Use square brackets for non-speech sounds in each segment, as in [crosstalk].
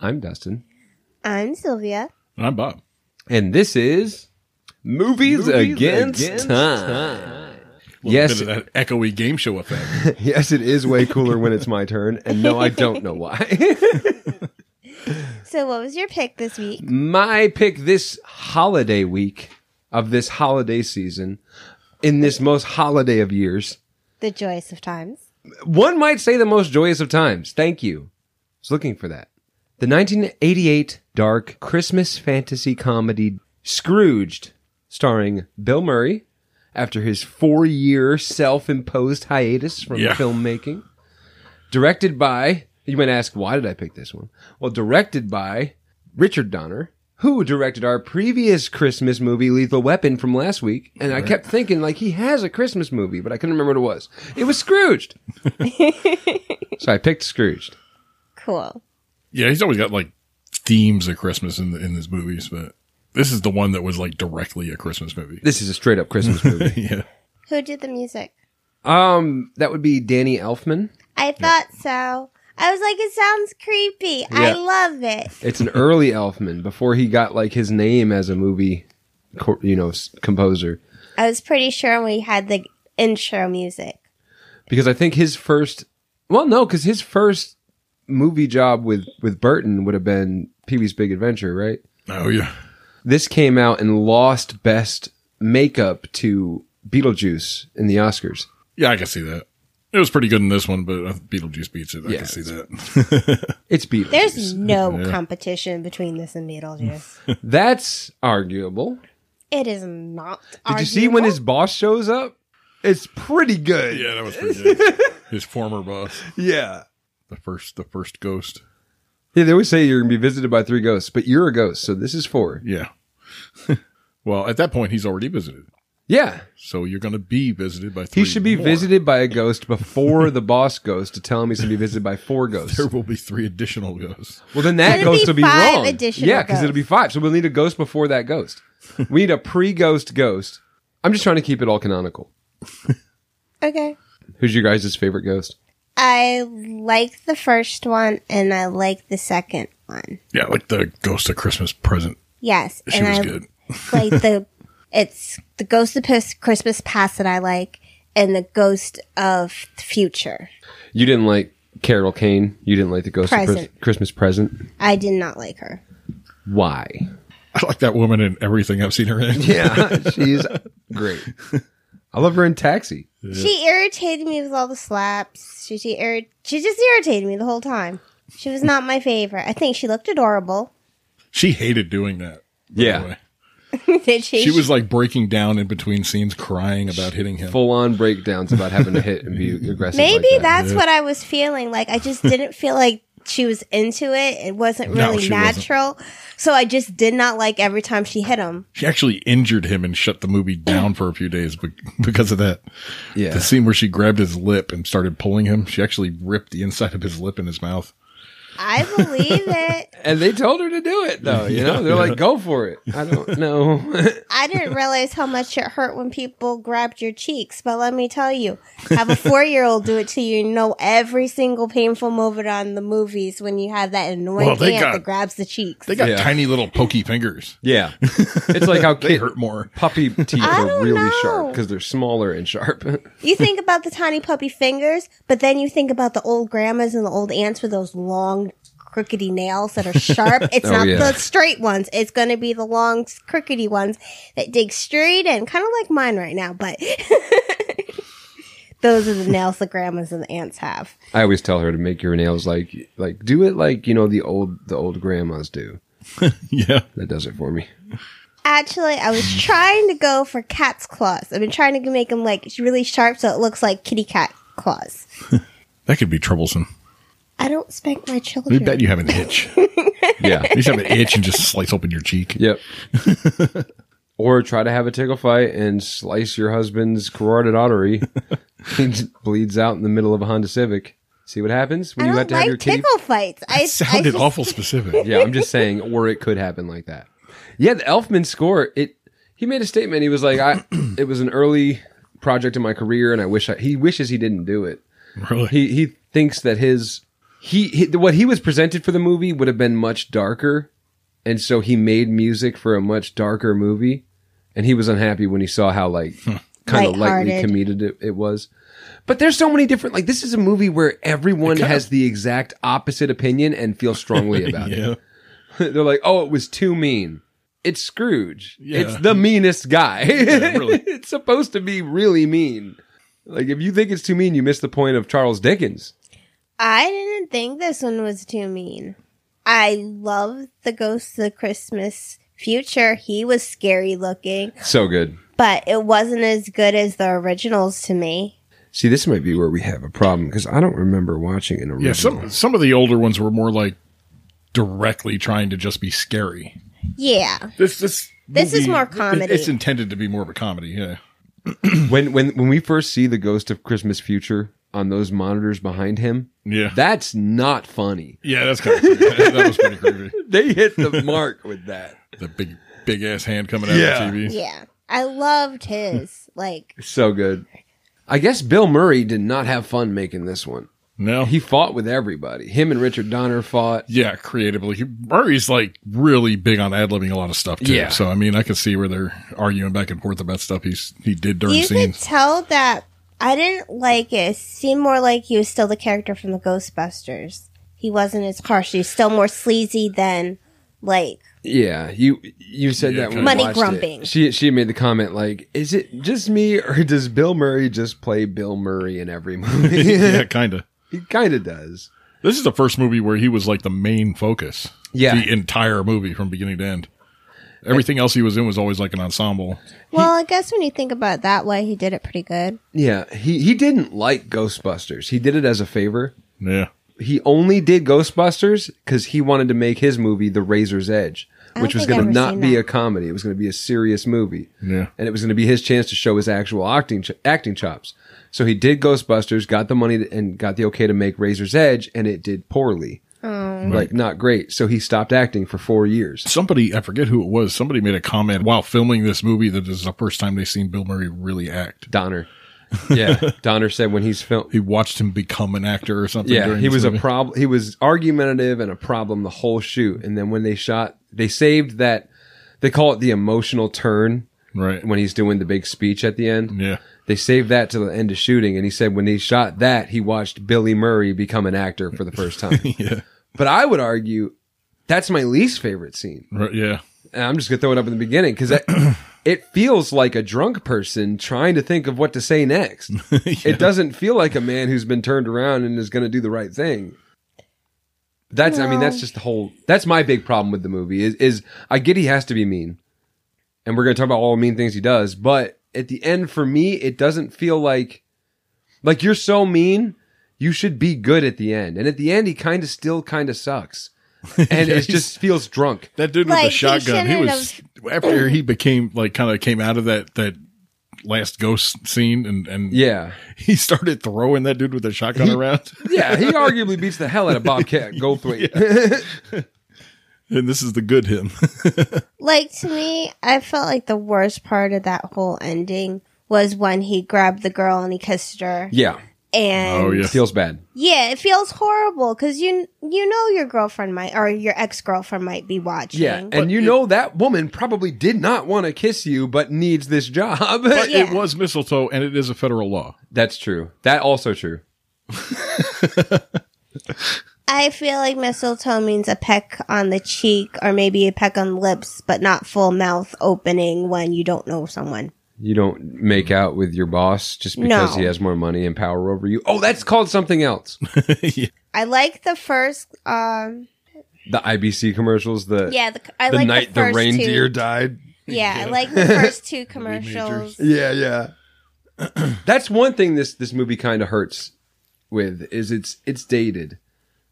I'm Dustin. I'm Sylvia. And I'm Bob. And this is Movies, Against, time. A little Yes, bit of that echoey game show effect. yes, it is way cooler when it's my turn. And no, I don't know why. [laughs] So, what was your pick this week? my pick this holiday week of this holiday season in this most holiday of years. The Joyous of Times. One might say the most joyous of times. Thank you. I was looking for that. The 1988 dark Christmas fantasy comedy Scrooged, starring Bill Murray after his four year self imposed hiatus from Yeah. filmmaking. Directed by, you might ask, why did I pick this one? Well, directed by Richard Donner, who directed our previous Christmas movie, Lethal Weapon, from last week. And I kept thinking, like, he has a Christmas movie, but I couldn't remember what it was. It was Scrooged. so I picked Scrooged. Cool. yeah, he's always got like themes of Christmas in the, in his movies, but this is the one that was like directly a [laughs] Christmas movie. This is a straight up Christmas [laughs] movie. yeah. Who did the music? um, that would be Danny Elfman. I thought so. I was like, it sounds creepy. I Yeah. love it. It's an early Elfman before he got like his name as a movie, co- you know, s- composer. I was pretty sure we had the intro music. Because I think his first, well, no, because his first movie job with with Burton would have been Pee Wee's Big Adventure, right? Oh, yeah. This came out and lost Best Makeup to Beetlejuice in the Oscars. Yeah, I can see that. It was pretty good in this one, but uh, Beetlejuice beats it. I Yeah, can see [laughs] that. It's Beetlejuice. [laughs] There's no competition between this and Beetlejuice. That's arguable. it is not. Did you see when his boss shows up? It's pretty good. yeah, that was pretty good. His former boss, Yeah. the first, the first ghost. Yeah, they always say you're gonna be visited by three ghosts, but you're a ghost, so this is four. Yeah. [laughs] well, at that point, he's already visited, Yeah, so you're going to be visited by. Three he should be more. visited by a ghost before the boss ghost to tell him he's gonna be visited by four ghosts. There will be three additional ghosts. Well, then that Should it ghost be will be five wrong. additional yeah, because it'll be ghosts? five. So we'll need a ghost before that ghost. we need a pre-ghost ghost. I'm just trying to keep it all canonical. Okay. Who's your guys' favorite ghost? I like the first one and I like the second one. Yeah, like the ghost of Christmas present. Yes. She and was I good. like the [laughs] it's the ghost of Pis- Christmas past that I like, and the ghost of the future. You didn't like Carol Kane. You didn't like the ghost of Chris- Present. Christmas present. I did not like her. Why? I like that woman in everything I've seen her in. Yeah, [laughs] she's great. I love her in Taxi. She irritated me with all the slaps. She she, irri- she just irritated me the whole time. She was not my favorite. I think she looked adorable. [laughs] She hated doing that. by the way. Did she? She was like breaking down in between scenes, crying about hitting him. full on breakdowns about having to hit and [laughs] be aggressive. Maybe like that. that's what I was feeling. Like I just didn't feel like she was into it. It wasn't No, really she wasn't. natural. So I just did not like every time she hit him. She actually injured him and shut the movie down for a few days be- because of that. Yeah. The scene where she grabbed his lip and started pulling him, she actually ripped the inside of his lip in his mouth. [laughs] I believe it. And they told her to do it though, you know? They're like, go for it. I [laughs] don't know. [laughs] I didn't realize how much it hurt when people grabbed your cheeks, but let me tell you, have a four year old do it to you. You know every single painful moment on the movies when you have that annoying Well, they aunt got- that grabs the cheeks. They got Yeah. tiny little pokey fingers. yeah. It's like how They kid hurt more. [laughs] puppy teeth I are don't really know. sharp because they're smaller and sharp. [laughs] you think about the tiny puppy fingers, but then you think about the old grandmas and the old aunts with those long, crookedy nails that are [laughs] sharp. It's Oh, not yeah. the straight ones. It's going to be the long, crookedy ones that dig straight in, kind of like mine right now, but. [laughs] Those are the nails the grandmas and the aunts have. I always tell her to make your nails like like do it like, you know, the old the old grandmas do. Yeah. That does it for me. Actually, I was trying to go for cat's claws. I've been trying to make them like really sharp so it looks like kitty cat claws. That could be troublesome. I don't spank my children. We bet you have an itch. [laughs] Yeah. you should have an itch and just slice open your cheek. Yep. [laughs] or try to have a tickle fight and slice your husband's carotid artery. it bleeds out in the middle of a Honda Civic. See what happens I when don't you have to like have your teeth. tickle fights. I I It [laughs] sounded just- awful specific. [laughs] Yeah, I'm [laughs] just saying, or it could happen like that. Yeah, the Elfman score. It he made a statement. He was like, I [clears throat] it was an early project in my career, and I wish I, [laughs] he wishes he didn't do it. Really? He he thinks that his he, he what he was presented for the movie would have been much darker, and so he made music for a much darker movie, and he was unhappy when he saw how like Hmm. kind of lightly Lighthearted. comedic it, it was. But there's so many different like this is a movie where everyone has the exact opposite opinion and feels strongly [laughs] about it. yeah. [laughs] They're like, "Oh, it was too mean." It's Scrooge. Yeah. It's the meanest guy. [laughs] really. it's supposed to be really mean. Like if you think it's too mean, you miss the point of Charles Dickens. I didn't think this one was too mean. I love the Ghost of Christmas Future. He was scary looking, So good. but it wasn't as good as the originals to me. See, this might be where we have a problem because I don't remember watching an original. Yeah, some some of the older ones were more like directly trying to just be scary. Yeah. This this This is more comedy. It's intended to be more of a comedy. Yeah, when when when we first see the ghost of Christmas Future on those monitors behind him, yeah, that's not funny. yeah. That's kind of that, that was pretty creepy. [laughs] They hit [laughs] the mark with that. The big big ass hand coming out Yeah. of the TV. Yeah. I loved his. Like, So good. I guess Bill Murray did not have fun making this one. No, He fought with everybody. Him and Richard Donner fought. yeah, creatively. He, Murray's like really big on ad libbing a lot of stuff too. Yeah. So I mean, I could see where they're arguing back and forth about stuff he's he did during you could [laughs] scenes. tell that I didn't like it. It seemed more like he was still the character from the Ghostbusters. He wasn't as harsh. He was still more sleazy than, like, Yeah, you you said Yeah, that when kinda. we Money watched grumping. It. She she made the comment like, "Is it just me or does Bill Murray just play Bill Murray in every movie?" [laughs] yeah, kind of. he kind of does. This is the first movie where he was like the main focus. Yeah. The entire movie from beginning to end. Everything else he was in was always like an ensemble. well, I guess when you think about it that way, he did it pretty good. Yeah, he he didn't like Ghostbusters. He did it as a favor. Yeah. He only did Ghostbusters because he wanted to make his movie The Razor's Edge, I which don't was think going to I've ever not seen be that. a comedy. It was going to be a serious movie. Yeah. and it was going to be his chance to show his actual acting ch- acting chops. So he did Ghostbusters, got the money to, and got the okay to make Razor's Edge, and it did poorly, Oh. like not great. So he stopped acting for four years. Somebody, I forget who it was, somebody made a comment while filming this movie that this is the first time they've seen Bill Murray really act. Donner, yeah, Donner said when he's filmed. He watched him become an actor or something. Yeah, during he this was a movie. problem. He was argumentative and a problem the whole shoot. And then when they shot, they saved that. They call it the emotional turn Right. when he's doing the big speech at the end. yeah. [laughs] They saved that to the end of shooting. And he said when he shot that, he watched Billy Murray become an actor for the first [laughs] time. Yeah. But I would argue that's my least favorite scene. Right. Yeah. And I'm just going to throw it up in the beginning because it feels like a drunk person trying to think of what to say next. It doesn't feel like a man who's been turned around and is going to do the right thing. That's, I mean, No. that's just the whole, that's my big problem with the movie is, is I get he has to be mean and we're going to talk about all the mean things he does, but at the end for me, it doesn't feel like, like you're so mean, you should be good at the end. And at the end, he kind of still kind of sucks and Yeah, it just feels drunk. That dude Like, with he the shotgun, he, shouldn't was after he became like kind of came out of that that last ghost scene and and Yeah. he started throwing that dude with the shotgun around. [laughs] Yeah, he arguably beats the hell out of Bobcat Goldthwait. And this is the good him. Like to me, I felt like the worst part of that whole ending was when he grabbed the girl and he kissed her. Yeah, And Oh, yeah. feels bad. yeah, it feels horrible cuz you you know your girlfriend might or your ex-girlfriend might be watching. Yeah, and you know that woman probably did not want to kiss you, but needs this job. [laughs] But Yeah. it was mistletoe, and it is a federal law. That's true. That also true. I feel like mistletoe means a peck on the cheek or maybe a peck on the lips, but not full mouth opening when you don't know someone. You don't make out with your boss just because No. he has more money and power over you. Oh, that's called something else. I like the first um The IBC commercials. The yeah, the, I the like night the, the, first reindeer two. died. Yeah, I like [laughs] the first two commercials. Yeah, yeah. [clears throat] that's one thing this this movie kind of hurts with is it's it's dated.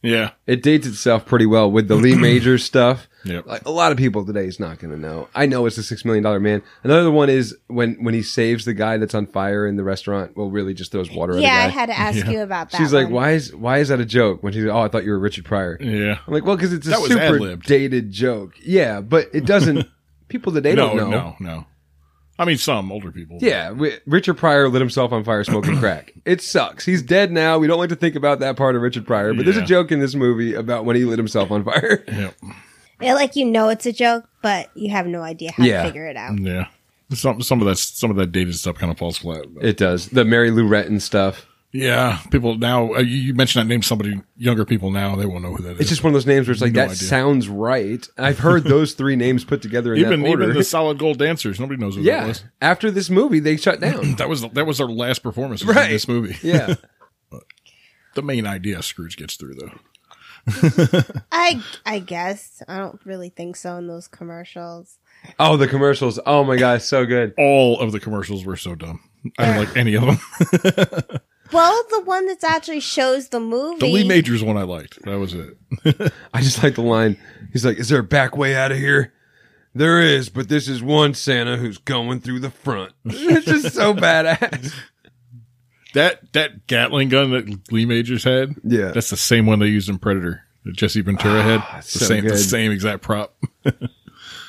Yeah, It dates itself pretty well with the [clears throat] Lee Majors stuff. Yep. Like a lot of people today is not going to know. I know it's the six million dollar man. Another one is when when he saves the guy that's on fire in the restaurant. Well, really just throws water at Yeah, I the guy. had to ask you about that. She's like, one. why is why is that a joke? When she's oh, I thought you were Richard Pryor. yeah. I'm like, well, because it's a Mm. That was super ad-libbed. [laughs] dated joke. Yeah, but it doesn't. people today No, don't know. no, no. I mean, some older people. Yeah, Ri- Richard Pryor lit himself on fire [clears throat] smoking crack. It sucks. He's dead now. We don't like to think about that part of Richard Pryor, but there's Yeah. a joke in this movie about when he lit himself on fire. [laughs] Yep. Yeah, like you know it's a joke, but you have no idea how Yeah. Mm. to figure it out. Yeah. Some some of that some of that dated stuff kind of falls flat. but- It does. The Mary Lou Retton stuff. yeah, people now uh, you, you mentioned that name. Somebody younger people now they won't know who that is. It's just one of those names where it's like, No that idea. sounds right. I've [laughs] heard those three names put together in even that order. even the solid gold dancers. Nobody knows who that yeah. was. After this movie, they shut down. [laughs] That was that was their last performance was in Right. this movie. yeah. The main idea Scrooge gets through though. I I guess I don't really think so in those commercials. Oh, the commercials. Oh my gosh, so good. All of the commercials were so dumb. I [laughs] don't like any of them. Well, the one that actually shows the movie. the Lee Majors one I liked. That was it. I just like the line. He's like, "Is there a back way out of here?" There is, but this is one Santa who's going through the front. [laughs] it's just so [laughs] badass. That that Gatling gun that Lee Majors had. Yeah. that's the same one they used in Predator. That Jesse Ventura had the it's so same the good. same [laughs] exact prop. [laughs]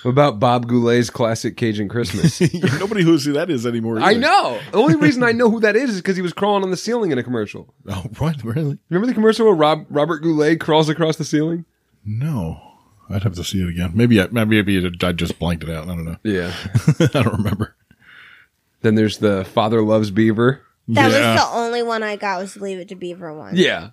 What about Bob Goulet's classic Cajun [laughs] Christmas? Yeah, Nobody knows who that is anymore. I either. know. The only reason I know who that is is because he was crawling on the ceiling in a commercial. Oh, what really? Remember the commercial where Rob, Robert Goulet crawls across the ceiling? No, I'd have to see it again. Maybe I maybe I just blanked it out. I don't know. [laughs] Yeah. I don't remember. Then there's the Father Loves Beaver. that Yeah. was the only one I got was Leave It to Beaver one. Yeah.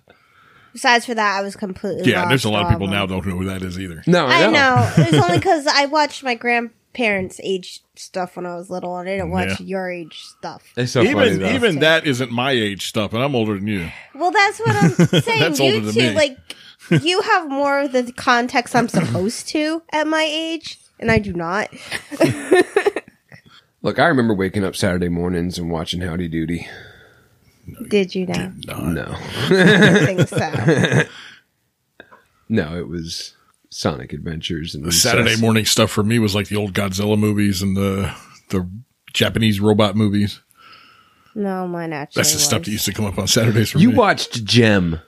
Besides for that, I was completely Yeah, there's a lost lot of all people now them. don't know who that is either. No, I I know. [laughs] know. It's only because I watched my grandparents' age stuff when I was little, and I didn't watch Yeah. your age stuff. It's so funny even though. even that isn't my age stuff, and I'm older than you. Well, that's what [laughs] I'm saying. That's you older than two, me. [laughs] like, you have more of the context I'm supposed to at my age, and I do not. Look, I remember waking up Saturday mornings and watching Howdy Doody. Did you [laughs] now? No. I think so. No, it was Sonic Adventures and The Saturday Recess. morning stuff for me was like the old Godzilla movies and the the Japanese robot movies. No, mine actually. That's the stuff that was. used to come up on Saturdays for You me. watched Gem.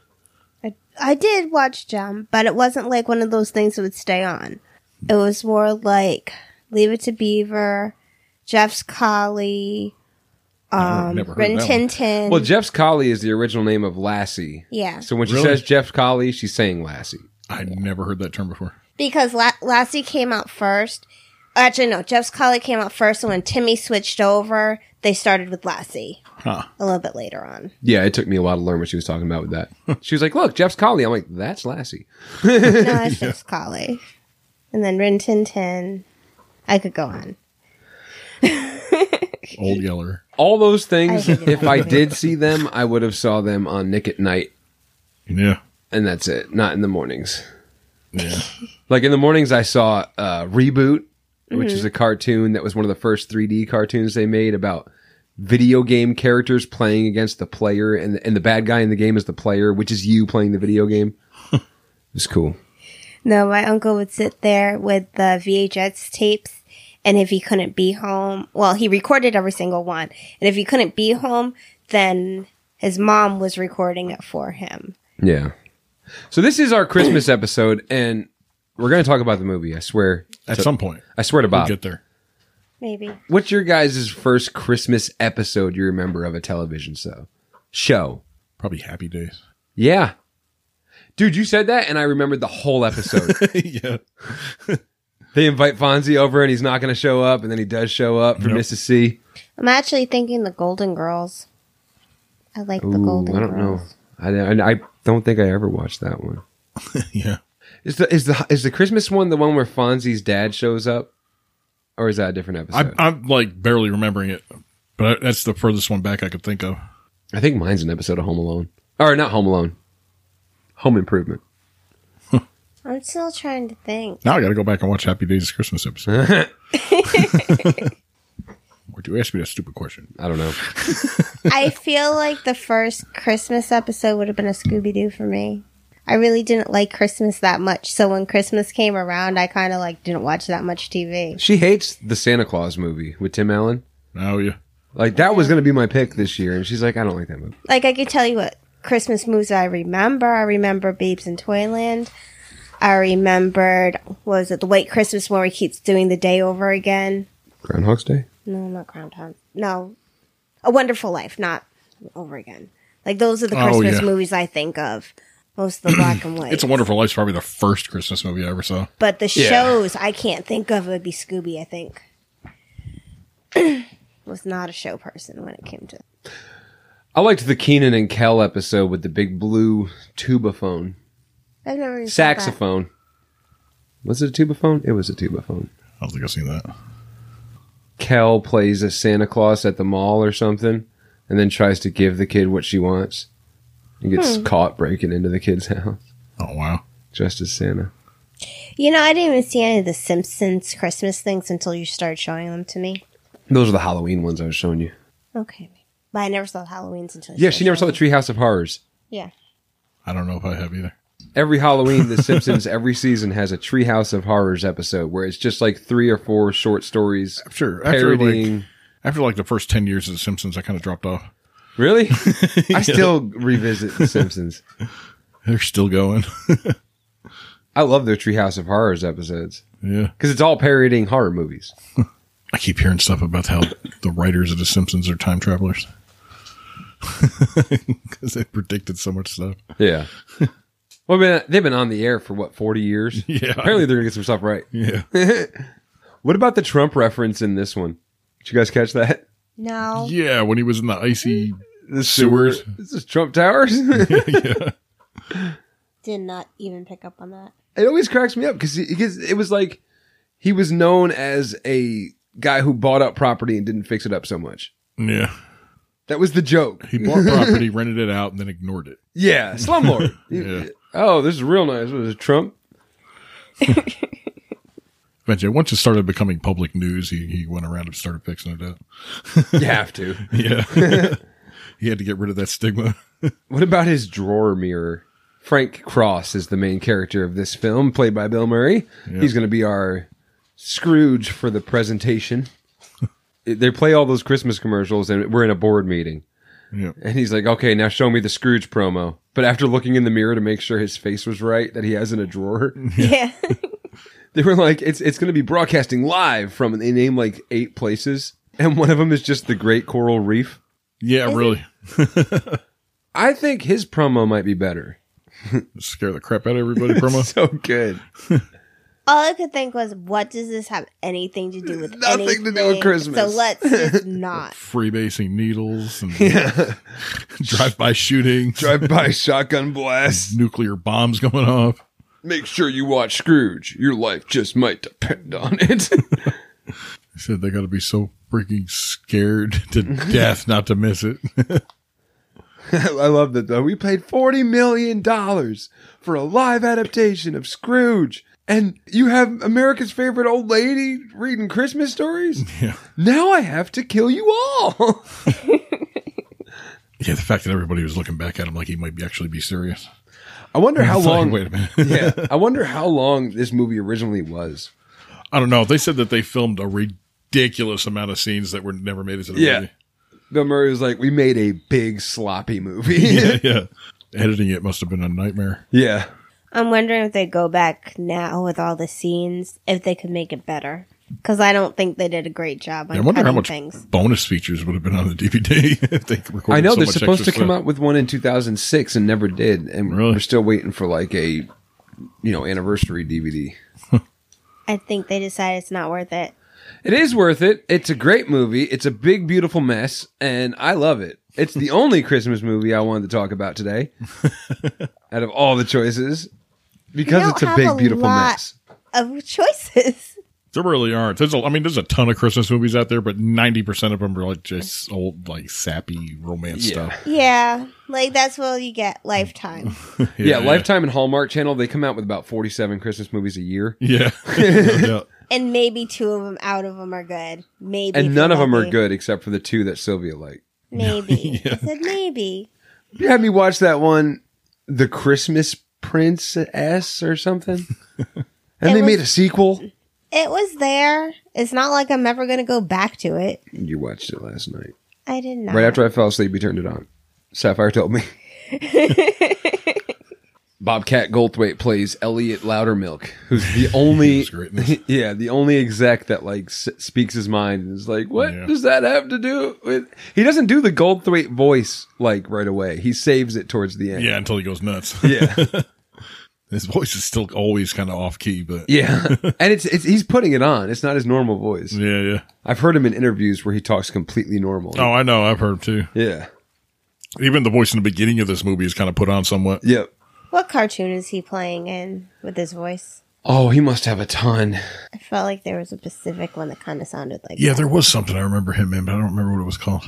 I, I did watch Gem, but it wasn't like one of those things that would stay on. It was more like Leave It to Beaver, Jeff's Collie, I um, never heard Rin that one. Tin Tin. Well, Jeff's Collie is the original name of Lassie. yeah, So when she Really? says Jeff's Collie, she's saying Lassie. I never heard that term before. because La- Lassie came out first. Actually, no, Jeff's Collie came out first, and when Timmy switched over, they started with Lassie Huh. a little bit later [laughs] on. Yeah, it took me a while to learn what she was talking about with that. she was like, "Look, Jeff's Collie." I'm like, "That's Lassie." No, it's Jeff's Collie, and then Rin Tin Tin. I could go on. Old Yeller. All those things. I hated if that I movie. did see them, I would have saw them on Nick at Night, Yeah. and that's it. Not in the mornings. Yeah. [laughs] Like in the mornings, I saw uh, Reboot, which is a cartoon that was one of the first 3D cartoons they made about video game characters playing against the player, and and the bad guy in the game is the player, which is you playing the video game. [laughs] it's cool. No, my uncle would sit there with the VHS tapes, and if he couldn't be home, well, he recorded every single one. And if he couldn't be home, then his mom was recording it for him. Yeah. So this is our Christmas episode, and we're going to talk about the movie. I swear. At some point, I swear to we'll Bob. get there. Maybe. What's your guys' first Christmas episode you remember of a television show? Show. Probably Happy Days. Yeah. Dude, you said that, and I remembered the whole [laughs] episode. yeah. they invite Fonzie over, and he's not going to show up, and then he does show up for Yep. Mrs. C. I'm actually thinking the Golden Girls. I like the Ooh, Golden I don't know. Girls. I, I, I don't think I ever watched that one. Yeah. Is the is the is the Christmas one the one where Fonzie's dad shows up, or is that a different I, episode? I, I'm like barely remembering it, but I, that's the furthest one back I could think of. think mine's an episode of Home Alone, or not Home Alone, Home Improvement. I'm still trying to think. Now I got to go back and watch Happy Days Christmas episode. Would you ask me that stupid question? I don't know. I feel like the first Christmas episode would have been a Scooby Doo for me. I really didn't like Christmas that much, so when Christmas came around, I kind of like didn't watch that much TV. She hates the Santa Claus movie with Tim Allen. Oh yeah, Like that was going to be my pick this year, and she's like, I don't like that movie. Like I could tell you what Christmas movies I remember. I remember Babes in Toyland. I remembered what was it the White Christmas where he keeps doing the day over again. Groundhog's Day. No, not Groundhog. No, A Wonderful Life. Not Over Again. Like those are the Oh, Christmas yeah. movies I think of. Most of the black [clears throat] and white. It's a Wonderful Life's probably the first Christmas movie I ever saw. But the Yeah. shows I can't think of would be Scooby. I think [clears throat] was not a show person when it came to. I liked the Keenan and Kel episode with the big blue tuba phone. I've never even thought that. Saxophone. Was it a tuba phone? It was a tuba phone. I don't think I've seen that. Kel plays a Santa Claus at the mall or something and then tries to give the kid what she wants. And gets caught breaking into the kid's [laughs] house Oh wow. dressed as Santa. You know, I didn't even see any of the Simpsons Christmas things until you started showing them to me. Those are the Halloween ones I was showing you. Okay, but I never saw Halloween's until you Yeah, started she never saw showing the Treehouse of Horrors. me. Yeah, I don't know if I have either. Every Halloween, The Simpsons, every season has a Treehouse of Horrors episode where it's just like three or four short stories Sure. After parodying. like after like the first ten years of The Simpsons, I kind of dropped off. [laughs] Really? I still revisit The Simpsons. They're still going. I love their Treehouse of Horrors episodes yeah. because it's all parodying horror movies. I keep hearing stuff about [laughs] how the writers of The Simpsons are time [laughs] travelers because they predicted so much stuff. Yeah. [laughs] well, I mean, they've been on the air for what forty [laughs] years. Yeah. Apparently, they're gonna get some stuff right. Yeah. What about the Trump reference in this one? Did you guys catch that? [laughs] no, Yeah. When he was in the [laughs] icy. The Sewers. This is Trump Towers. [laughs] it yeah. did not even pick up on that. always cracks me up because it was like he was known as a guy who bought up property and didn't fix it up so much. Yeah. That was the [laughs] joke. He bought [laughs] property, rented it out, and then ignored it. Yeah, [laughs] slumlord. Yeah. Oh, this is real nice. What is it, Trump? Eventually, once it started becoming public news, he, he went around and started fixing it up. You have to. Yeah. he had to get rid of that stigma. [laughs] What about his drawer mirror? Frank Cross is the main character of this film, played by Bill Murray. He's going to be our Scrooge for the [laughs] presentation. they play all those Christmas commercials, and we're in a board meeting. Yeah. And he's like, okay, now show me the Scrooge promo. But after looking in the mirror to make sure his face was right, that he has in a [laughs] drawer, Yeah, [laughs] they were like, it's, it's going to be broadcasting live from, and they name like eight places. And one of them is just the Great Coral Reef. Yeah, really. I think his promo might be better. Scare the crap out of everybody [laughs] promo. So good. all I could think was, what does this have anything to do with Nothing to do with anything? Christmas. So let's [laughs] just not. Freebasing needles and [laughs] drive by shootings, drive [laughs] by shotgun blast. nuclear bombs going off. Make sure you watch Scrooge. Your life just might depend on it. They said they got to be so freaking scared [laughs] [laughs] to death not to miss it. [laughs] [laughs] I love that though. We paid forty million dollars for a live adaptation of Scrooge, and you have America's favorite old lady reading Christmas [laughs] stories. yeah. Now I have to kill you all. [laughs] Yeah, the fact that everybody was looking back at him like he might be actually be serious. I wonder how It's like, long. Wait a minute. [laughs] [laughs] yeah, I wonder how long this movie originally was. I don't know. They said that they filmed a ridiculous amount of scenes that were never made into the Yeah. movie. [laughs] Bill Murray was like, "We made a big sloppy movie." Yeah, yeah. Editing it must have been a nightmare. [laughs] yeah. I'm wondering if they go back now with all the scenes, if they could make it better. Because I don't think they did a great job on I wonder how cutting much things. bonus features would have been on the DVD [laughs] if they recorded. I know so they're much supposed to extra come stuff. out with one in 2006 and never did, and Really? we're still waiting for like a you know anniversary DVD. I think they decided it's not worth it. It is worth it. It's a great movie. It's a big beautiful mess, and I love it. It's [laughs] the only Christmas movie I wanted to talk about today, out of all the choices, because don't it's a have big a beautiful lot. mess. Of choices. [laughs] There really aren't. There's a, I mean, there's a ton of Christmas movies out there, but ninety percent of them are like just old, like sappy romance Yeah. stuff. yeah. Like that's what you get lifetime. Yeah, Lifetime and Hallmark Channel they come out with about 47 Christmas movies a year, Yeah, [laughs] No doubt. and maybe two of them out of them are good. Maybe. if and you're none of them are lucky. good [laughs] except for the two that Sylvia liked. Maybe. I said maybe. You had me watch that one, The Christmas Princess or [laughs] something. And It they was- made a sequel. It was there. It's not like I'm ever going to go back to it. You watched it last night. I did not. [laughs] Right after I fell asleep, you turned it on. Sapphire told me. Bobcat Goldthwait plays Elliot Loudermilk, who's [laughs] the only was great in this. [laughs] yeah, the only exec that like s- speaks his mind and is like, "What Yeah. does that have to do with?" He doesn't do the Goldthwait voice like right away. He saves it towards the end. [laughs] Yeah, until he goes nuts. Yeah, His voice is still always kind of off key, but [laughs] yeah, and it's, it's he's putting it on. It's not his normal voice. yeah, yeah. I've heard him in interviews where he talks completely normal. Oh, I know. I've heard too. yeah, Even the voice in the beginning of this movie is kind of put on somewhat. yep. What cartoon is he playing in with his voice? Oh, he must have a ton. I felt like there was a Pacific one that kind of sounded like Yeah, that. there was something I remember him in, but I don't remember what it was called.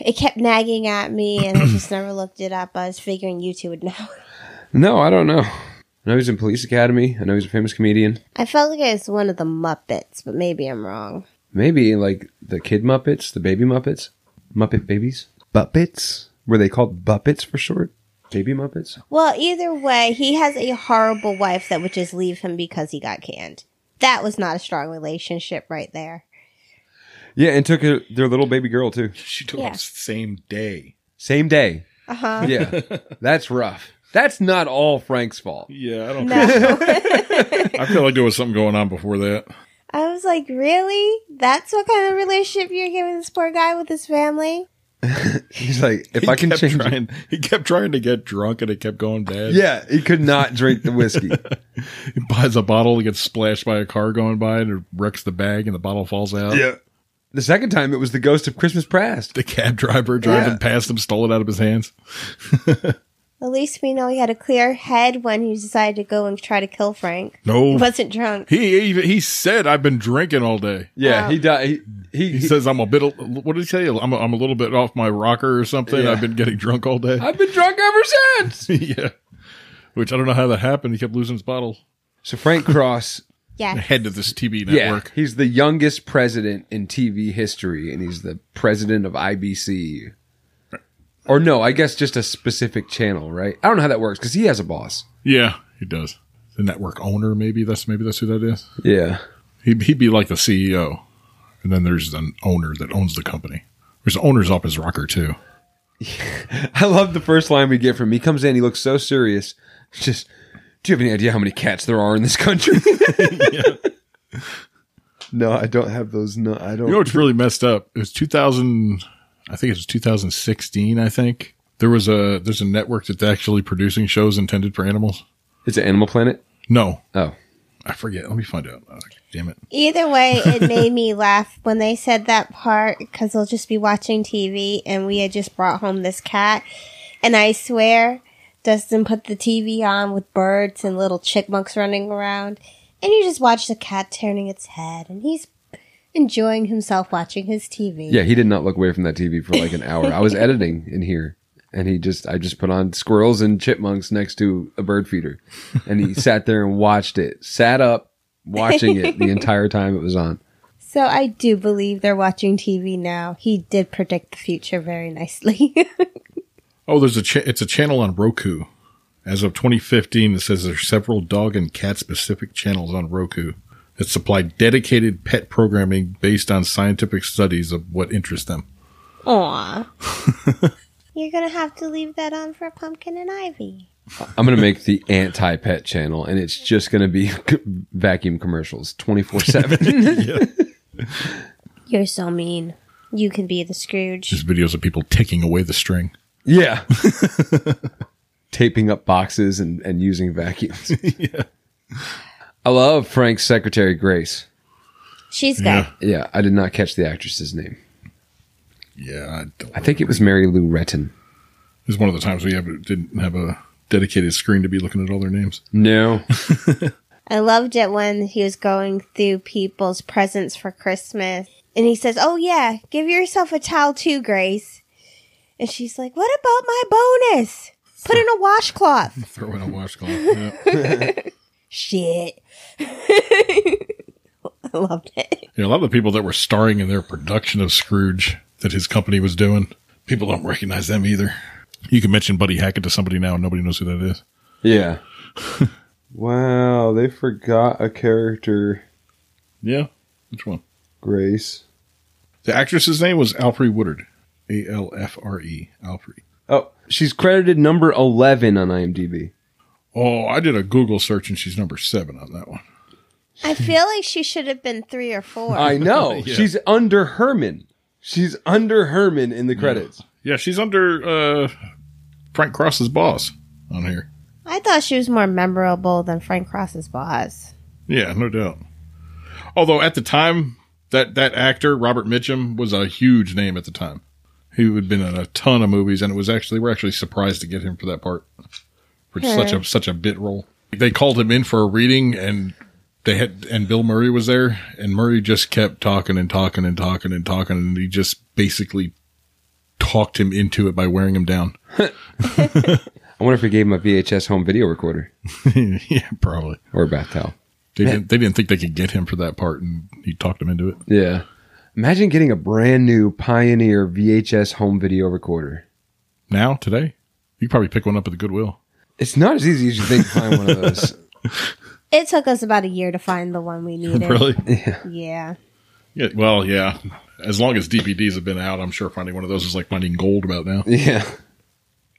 It kept nagging at me, and I just never looked it up. I was figuring you two would know. [laughs] No, I don't know. I know he's in Police Academy. I know he's a famous comedian. I felt like it was one of the Muppets, but maybe I'm wrong. Maybe like the kid Muppets, the baby Muppets, Muppet babies, Buppets. Were they called Buppets for short? Baby Muppets. Well, either way, he has a horrible wife that would just leave him because he got canned. That was not a strong relationship right there. Yeah, and took a, their little baby girl too. She took it Yeah. the same day. Same [laughs] day. Uh huh. Yeah, that's rough. That's not all Frank's fault. Yeah, I don't. No. I feel like there was something going on before that. [laughs] I was like, really? That's what kind of relationship you're giving this poor guy with his family? He's like, if I can kept change. it- trying, he kept trying to get drunk, and it kept going bad. Yeah, he could not drink the whiskey. he buys a bottle, he gets splashed by a car going by, and it wrecks the bag, and the bottle falls out. The second time, it was the ghost of Christmas Past. the cab driver driving Yeah. past him stole it out of his hands. At least we know he had a clear head when he decided to go and try to kill Frank. He No, wasn't drunk. he even he said, "I've been drinking all day." Yeah, Oh. he died. He, he, He says, "I'm a bit. What did he say? I'm a, I'm a little bit off my rocker or something. Yeah. I've been getting drunk all day." I've been drunk ever since. [laughs] yeah, which I don't know how that happened. He kept losing his bottle. So Frank Cross Yeah. Head of this TV Yeah, network. he's the youngest president in TV history, and he's the president of IBC. Or no, I guess just a specific channel, right? I don't know how that works because he has a boss. Yeah, he does. The network owner, maybe that's maybe that's who that is. Yeah, He'd, he'd be like the CEO, and then there's an owner that owns the company. There's owners off his rocker too. [laughs] I love the first line we get from him. He comes in, he looks so serious. Just, do you have any idea how many cats there are in this [laughs] country? [laughs] No, I don't have those. No, I don't. You know what's really messed up? It was 2000. I think it was 2016. I think there was a there's a network that's actually producing shows intended for animals. it's an Animal Planet. No, Oh, I forget. Let me find out. Oh, damn it. Either way, it made me laugh when they said that part because they'll just be watching TV and we had just brought home this cat. And I swear, Dustin put the TV on with birds and little chipmunks running around. And you just watch the cat turning its head and he's enjoying himself watching his TV. yeah. He did not look away from that TV for like an hour. [laughs] I was editing in here, and he just, I just put on squirrels and chipmunks next to a bird feeder, and he sat there and watched it. Sat up watching it [laughs] the entire time it was on. So I do believe they're watching TV now. He did predict the future very nicely. [laughs] Oh, there's a cha- it's a channel on Roku. As of 2015, it says there's several dog and cat specific channels on Roku that supply dedicated pet programming based on scientific studies of what interests them. Aw. You're going to have to leave that on for Pumpkin and Ivy. I'm gonna make the anti-pet channel, and it's just gonna be [laughs] vacuum commercials, twenty-four [laughs] seven. You're so mean. You can be the Scrooge. Just videos of people taking away the string. Yeah, taping up boxes and and using [laughs] vacuums. I love Frank's secretary Grace. She's good. Yeah. Yeah, I did not catch the actress's name. Yeah, I don't. I think it was Mary Lou Retton. This is one of the times we have, didn't have a dedicated screen to be looking at all their names. No. I loved it when he was going through people's presents for Christmas. And he says, Oh, yeah, give yourself a towel too, Grace. And she's like, What about my bonus? Put in a [laughs] washcloth. Throw in a washcloth. Yeah. Shit. [laughs] I loved it. You know, a lot of the people that were starring in their production of Scrooge that his company was doing, people don't recognize them either. You can mention Buddy Hackett to somebody now and nobody knows who that is. [laughs] yeah. wow, they forgot a character, Yeah. Which one? Grace. The actress's name was Alfre Woodard. A L F R E. Alfre. Oh, she's credited number 11 on IMDb. Oh, I did a Google search and she's number seven on that one. I feel like she should have been three or four. [laughs] I know. Yeah. She's under Herman. She's under Herman in the credits. Yeah, she's under uh, Frank Cross's boss on here. I thought she was more memorable than Frank Cross's boss. Yeah, no doubt. Although at the time, that that actor Robert Mitchum was a huge name at the time. He had been in a ton of movies, and it was actually we're actually surprised to get him for that part for such a such a bit role. They called him in for a reading, and they had and Bill Murray was there, and Murray just kept talking and talking and talking and talking, and he just basically talked him into it by wearing him down. I wonder if we gave him a VHS home video recorder [laughs] yeah, probably. or a bath towel. They didn't. They didn't think they could get him for that part, and he talked him into it. Yeah. Imagine getting a brand new Pioneer VHS home video recorder. Now today, you could probably pick one up at the Goodwill. It's not as easy as you think to find [laughs] one of those. It took us about a year to find the one we needed. Yeah. Yeah. Well, yeah. As long as DVDs have been out, I'm sure finding one of those is like finding gold about now. Yeah.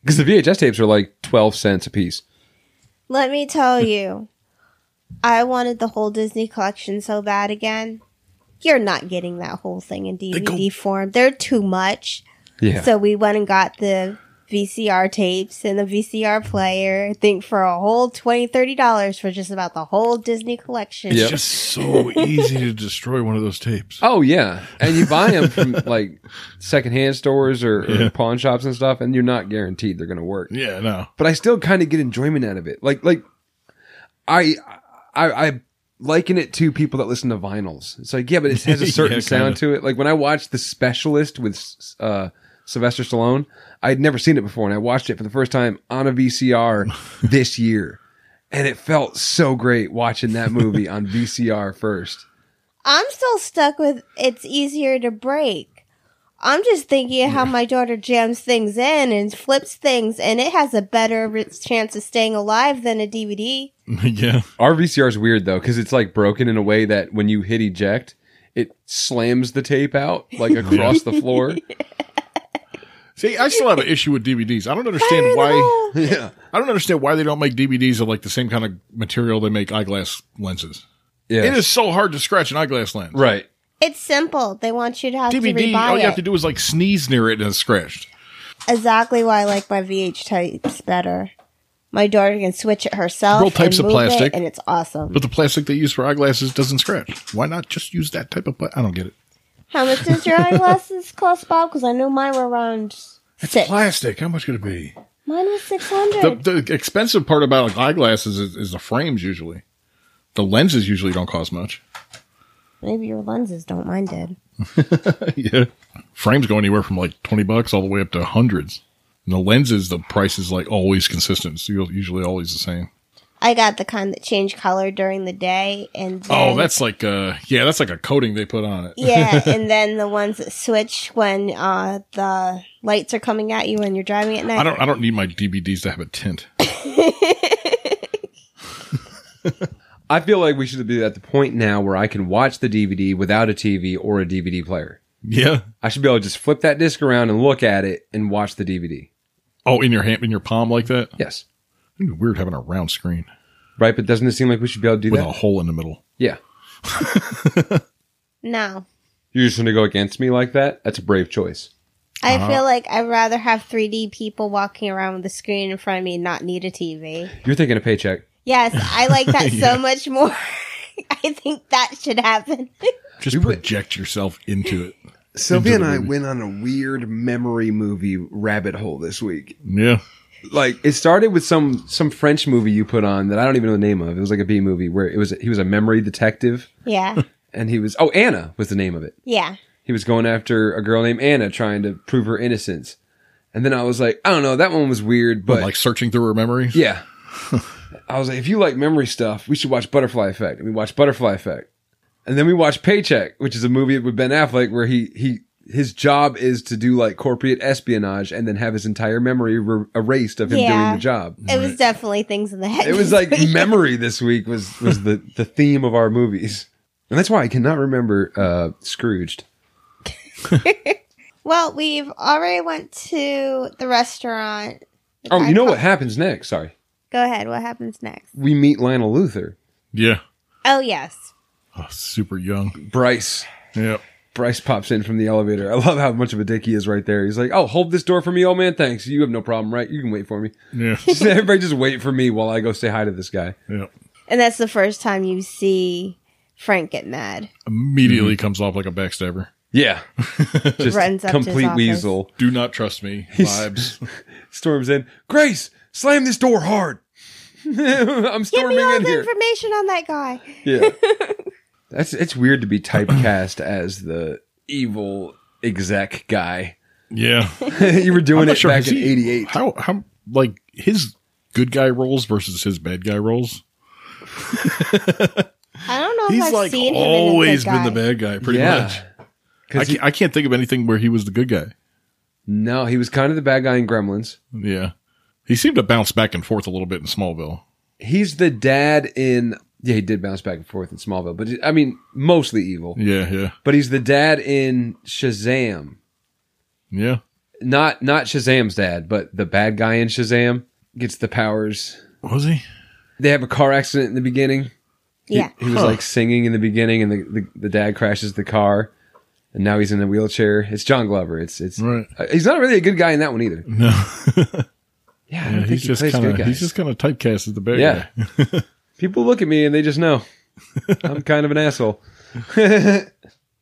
Because the VHS tapes are like 12 cents a piece. Let me tell you, I wanted the whole Disney collection so bad again. You're not getting that whole thing in DVD form. They're too much. Yeah. So we went and got the VCR tapes and the VCR player, I think for a whole $20, $30 for just about the whole Disney collection. Yep. just so easy to destroy one of those tapes. Oh yeah, and you buy them from like secondhand stores or, or Yeah. pawn shops and stuff, and you're not guaranteed they're gonna work. Yeah. No. But I still kind of get enjoyment out of it. Like like I I, I liken it to people that listen to vinyls. It's like yeah, but it has a [laughs] Yeah, certain kinda. sound to it. Like when I watched The Specialist with uh, Sylvester Stallone, I had never seen it before, and I watched it for the first time on a [laughs] VCR this year, and it felt so great watching that movie [laughs] on VCR first. I'm still stuck with it's easier to break. I'm just thinking of how my daughter jams things in and flips things, and it has a better re- chance of staying alive than a DVD. [laughs] yeah. Our VCR is weird though, because it's like broken in a way that when you hit eject, it slams the tape out like across the floor. [laughs] See, I still have an issue with DVDs. I don't understand why. Oh, yeah, I don't understand why they don't make DVDs of like the same kind of material they make eyeglass lenses. yeah, It is so hard to scratch an eyeglass lens. right. It's simple. They want you to have to DVD, rebuy all you have it. to do is like sneeze near it and it's scratched. exactly why I like my VH types better. My daughter can switch it herself. Real types and of move it, plastic. and it's awesome. But the plastic they use for eyeglasses doesn't scratch. Why not just use that type of pla- I don't get it. How much does [laughs] your eyeglasses cost, Bob? Because I know mine were around six. Plastic, how much could it be? Mine was six The, hundred. the expensive part about eyeglasses is, is the frames usually. The lenses usually don't cost much. [laughs] Maybe your lenses don't. Mine did. yeah. Frames go anywhere from like 20 bucks all the way up to hundreds. And the lenses, the price is like always consistent. So you're usually always the same. I got the kind that change color during the day, and then, Oh, that's like, uh, yeah, that's like a coating they put on it. [laughs] [laughs] yeah, and then the ones that switch when uh, the lights are coming at you when you're driving at night. I don't, I don't need my DVDs to have a tint. I feel like we should be at the point now where I can watch the DVD without a TV or a DVD player. Yeah. I should be able to just flip that disc around and look at it and watch the DVD. Oh, in your hand, in your palm like that. Yes, It'd be weird having a round screen right. But doesn't it seem like we should be able to do with that? a hole in the middle. Yeah. no, You're just gonna go against me like that? That's a brave choice. I Uh-huh. feel like I'd rather have 3D people walking around with a screen in front of me and not need a TV. You're thinking a paycheck. Yes, I [laughs] like that so much more. [laughs] I think that should happen. [laughs] Just project yourself into it. Sylvia Into the movie. went on a weird memory movie rabbit hole this week. [laughs] Yeah. like it started with some some French movie you put on that I don't even know the name of. It was like a B movie where it was he was a memory detective yeah, and he was oh Anna was the name of it. yeah. He was going after a girl named Anna trying to prove her innocence. And then I was like, I don't know, that one was weird, but like searching through her memories. yeah. [laughs] I was like, if you like memory stuff, we should watch Butterfly Effect. And we watched Butterfly Effect. And then we watched Paycheck, which is a movie with Ben Affleck where he, he, his job is to do like corporate espionage and then have his entire memory re- erased of him Yeah. doing the job. It was definitely things in the head. It was [laughs] like memory this week was was the the theme of our movies, and that's why I cannot remember uh, Scrooged. Well, we've already went to the restaurant. Oh, I you know call- what happens next? Sorry. Go ahead. What happens next? We meet Lionel Luther. Yeah. Oh, yes. Oh, super young. Bryce. Yep. Bryce pops in from the elevator. I love how much of a dick he is right there. He's like, "Oh, hold this door for me, old man. Thanks. You have no problem, right? You can wait for me. [laughs] Yeah. Just- Everybody just wait for me while I go say hi to this guy." Yep. And that's the first time you see Frank get mad. Immediately comes off like a backstabber. [laughs] Yeah, just Runs up to his complete office. weasel Do not trust me. He's- Vibes. [laughs] storms in. Grace, slam this door hard. [laughs] I'm Give storming me all in the here. information on that guy. Yeah. [laughs] That's it's weird to be typecast as the evil exec guy. [laughs] yeah. you were I'm doing not it sure, back has in he- '88. How how like his good guy roles versus his bad guy roles? I don't know if He's I've like seen him always always in a good been the guy. bad guy, pretty Yeah. much. I Because can't, I can't think of anything where he was the good guy. no, he was kind of the bad guy in Gremlins. Yeah. He seemed to bounce back and forth a little bit in Smallville. He's the dad in yeah. He did bounce back and forth in Smallville, but I mean mostly evil. Yeah, yeah. But he's the dad in Shazam. Yeah. Not not Shazam's dad, but the bad guy in Shazam gets the powers. Was he? They have a car accident in the beginning. He- Yeah. He, was like singing in the beginning and the, the, the dad crashes the car and now he's in a wheelchair. It's John Glover. It's it's Right. uh, he's not really a good guy in that one either. No. [laughs] Yeah, I Yeah, don't think he's he just plays kind good of guys. he's just kind of typecast as the bad Yeah. guy. People look at me and they just know. I'm kind of an [laughs] asshole.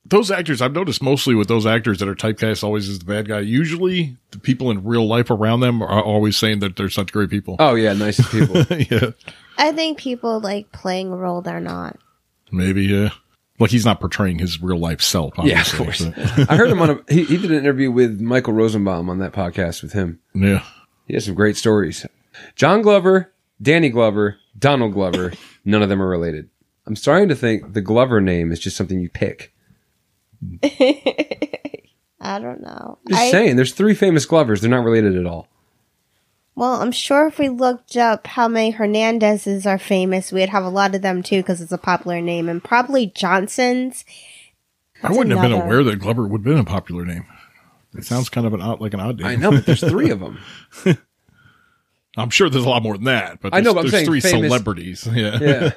Those actors, I've noticed mostly with those actors that are typecast always as the bad guy. Usually, the people in real life around them are always saying that they're such great people. [laughs] Oh yeah, nicest people. yeah, I think people like playing a role they're not. [laughs] maybe. Yeah, like he's not portraying his real life self. Yeah, of Obviously, course. but- I heard him on a he, he did an interview with Michael Rosenbaum on that podcast with him. yeah, He has some great stories. John Glover, Danny Glover, Donald Glover, none of them are related. I'm starting to think the Glover name is just something you pick. I don't know. Just I, saying, there's three famous Glovers. They're not related at all. well, I'm sure if we looked up how many Hernandezes are famous, we'd have a lot of them too because it's a popular name, and probably Johnsons. I wouldn't have been another- aware that Glover would have been a popular name. It sounds kind of an odd, like an odd name. I know, but there's three of them. [laughs] I'm sure there's a lot more than that, but I there's, know, but I'm there's saying three famous- celebrities. [laughs] Yeah. Yeah.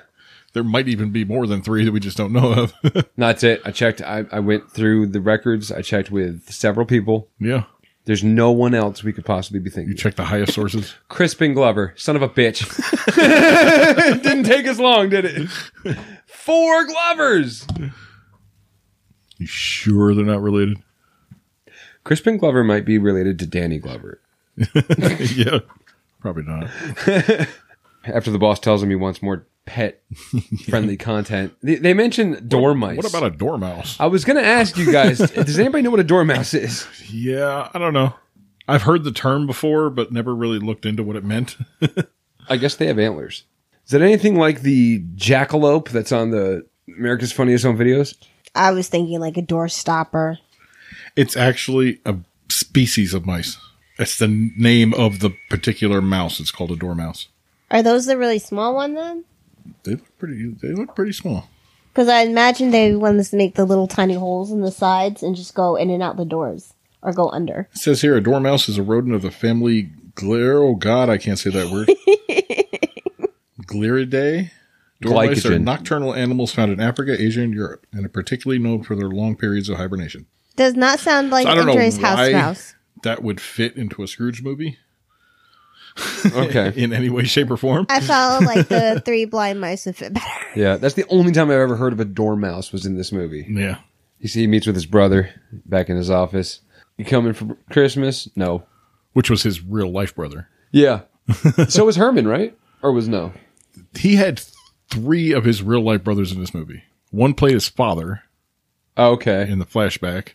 there might even be more than three that we just don't know of. [laughs] No, that's it. I checked. I, I went through the records. I checked with several people. yeah, There's no one else we could possibly be you thinking. check the highest sources. Crispin Glover, son of a bitch. [laughs] Didn't take us long, did it? Four Glovers. You sure they're not related? [laughs] Crispin Glover might be related to Danny Glover. yeah, probably not. After the boss tells him he wants more pet [laughs] friendly content, they, they mention dormice. What about a dormouse? I was going to ask you guys, [laughs] does anybody know what a dormouse is? Yeah, I don't know. I've heard the term before, but never really looked into what it meant. I guess they have antlers. Is that anything like the jackalope that's on the America's Funniest Home Videos? I was thinking like a door stopper. It's actually a species of mice. It's the name of the particular mouse. It's called a dormouse. Are those the really small one then? They look pretty. They look pretty small. Because I imagine they want us to make the little tiny holes in the sides and just go in and out the doors or go under. It says here a dormouse is a rodent of the family Glare. Oh God, I can't say [laughs] that word. Gliridae. Dormice are Glycogen. nocturnal animals found in Africa, Asia, and Europe, and are particularly known for their long periods of hibernation. Does not sound like I don't know Andre's house why- mouse. That would fit into a Scrooge movie. Okay. [laughs] in any way, shape, or form. I felt like [laughs] the three blind mice would fit better. yeah, that's the only time I've ever heard of a dormouse was in this movie. Yeah. You see, he meets with his brother back in his office. You coming for Christmas? No. Which was his real life brother. Yeah. so was Herman, right? Or was no? He had three of his real life brothers in this movie. One played his father Oh, okay. in the flashback,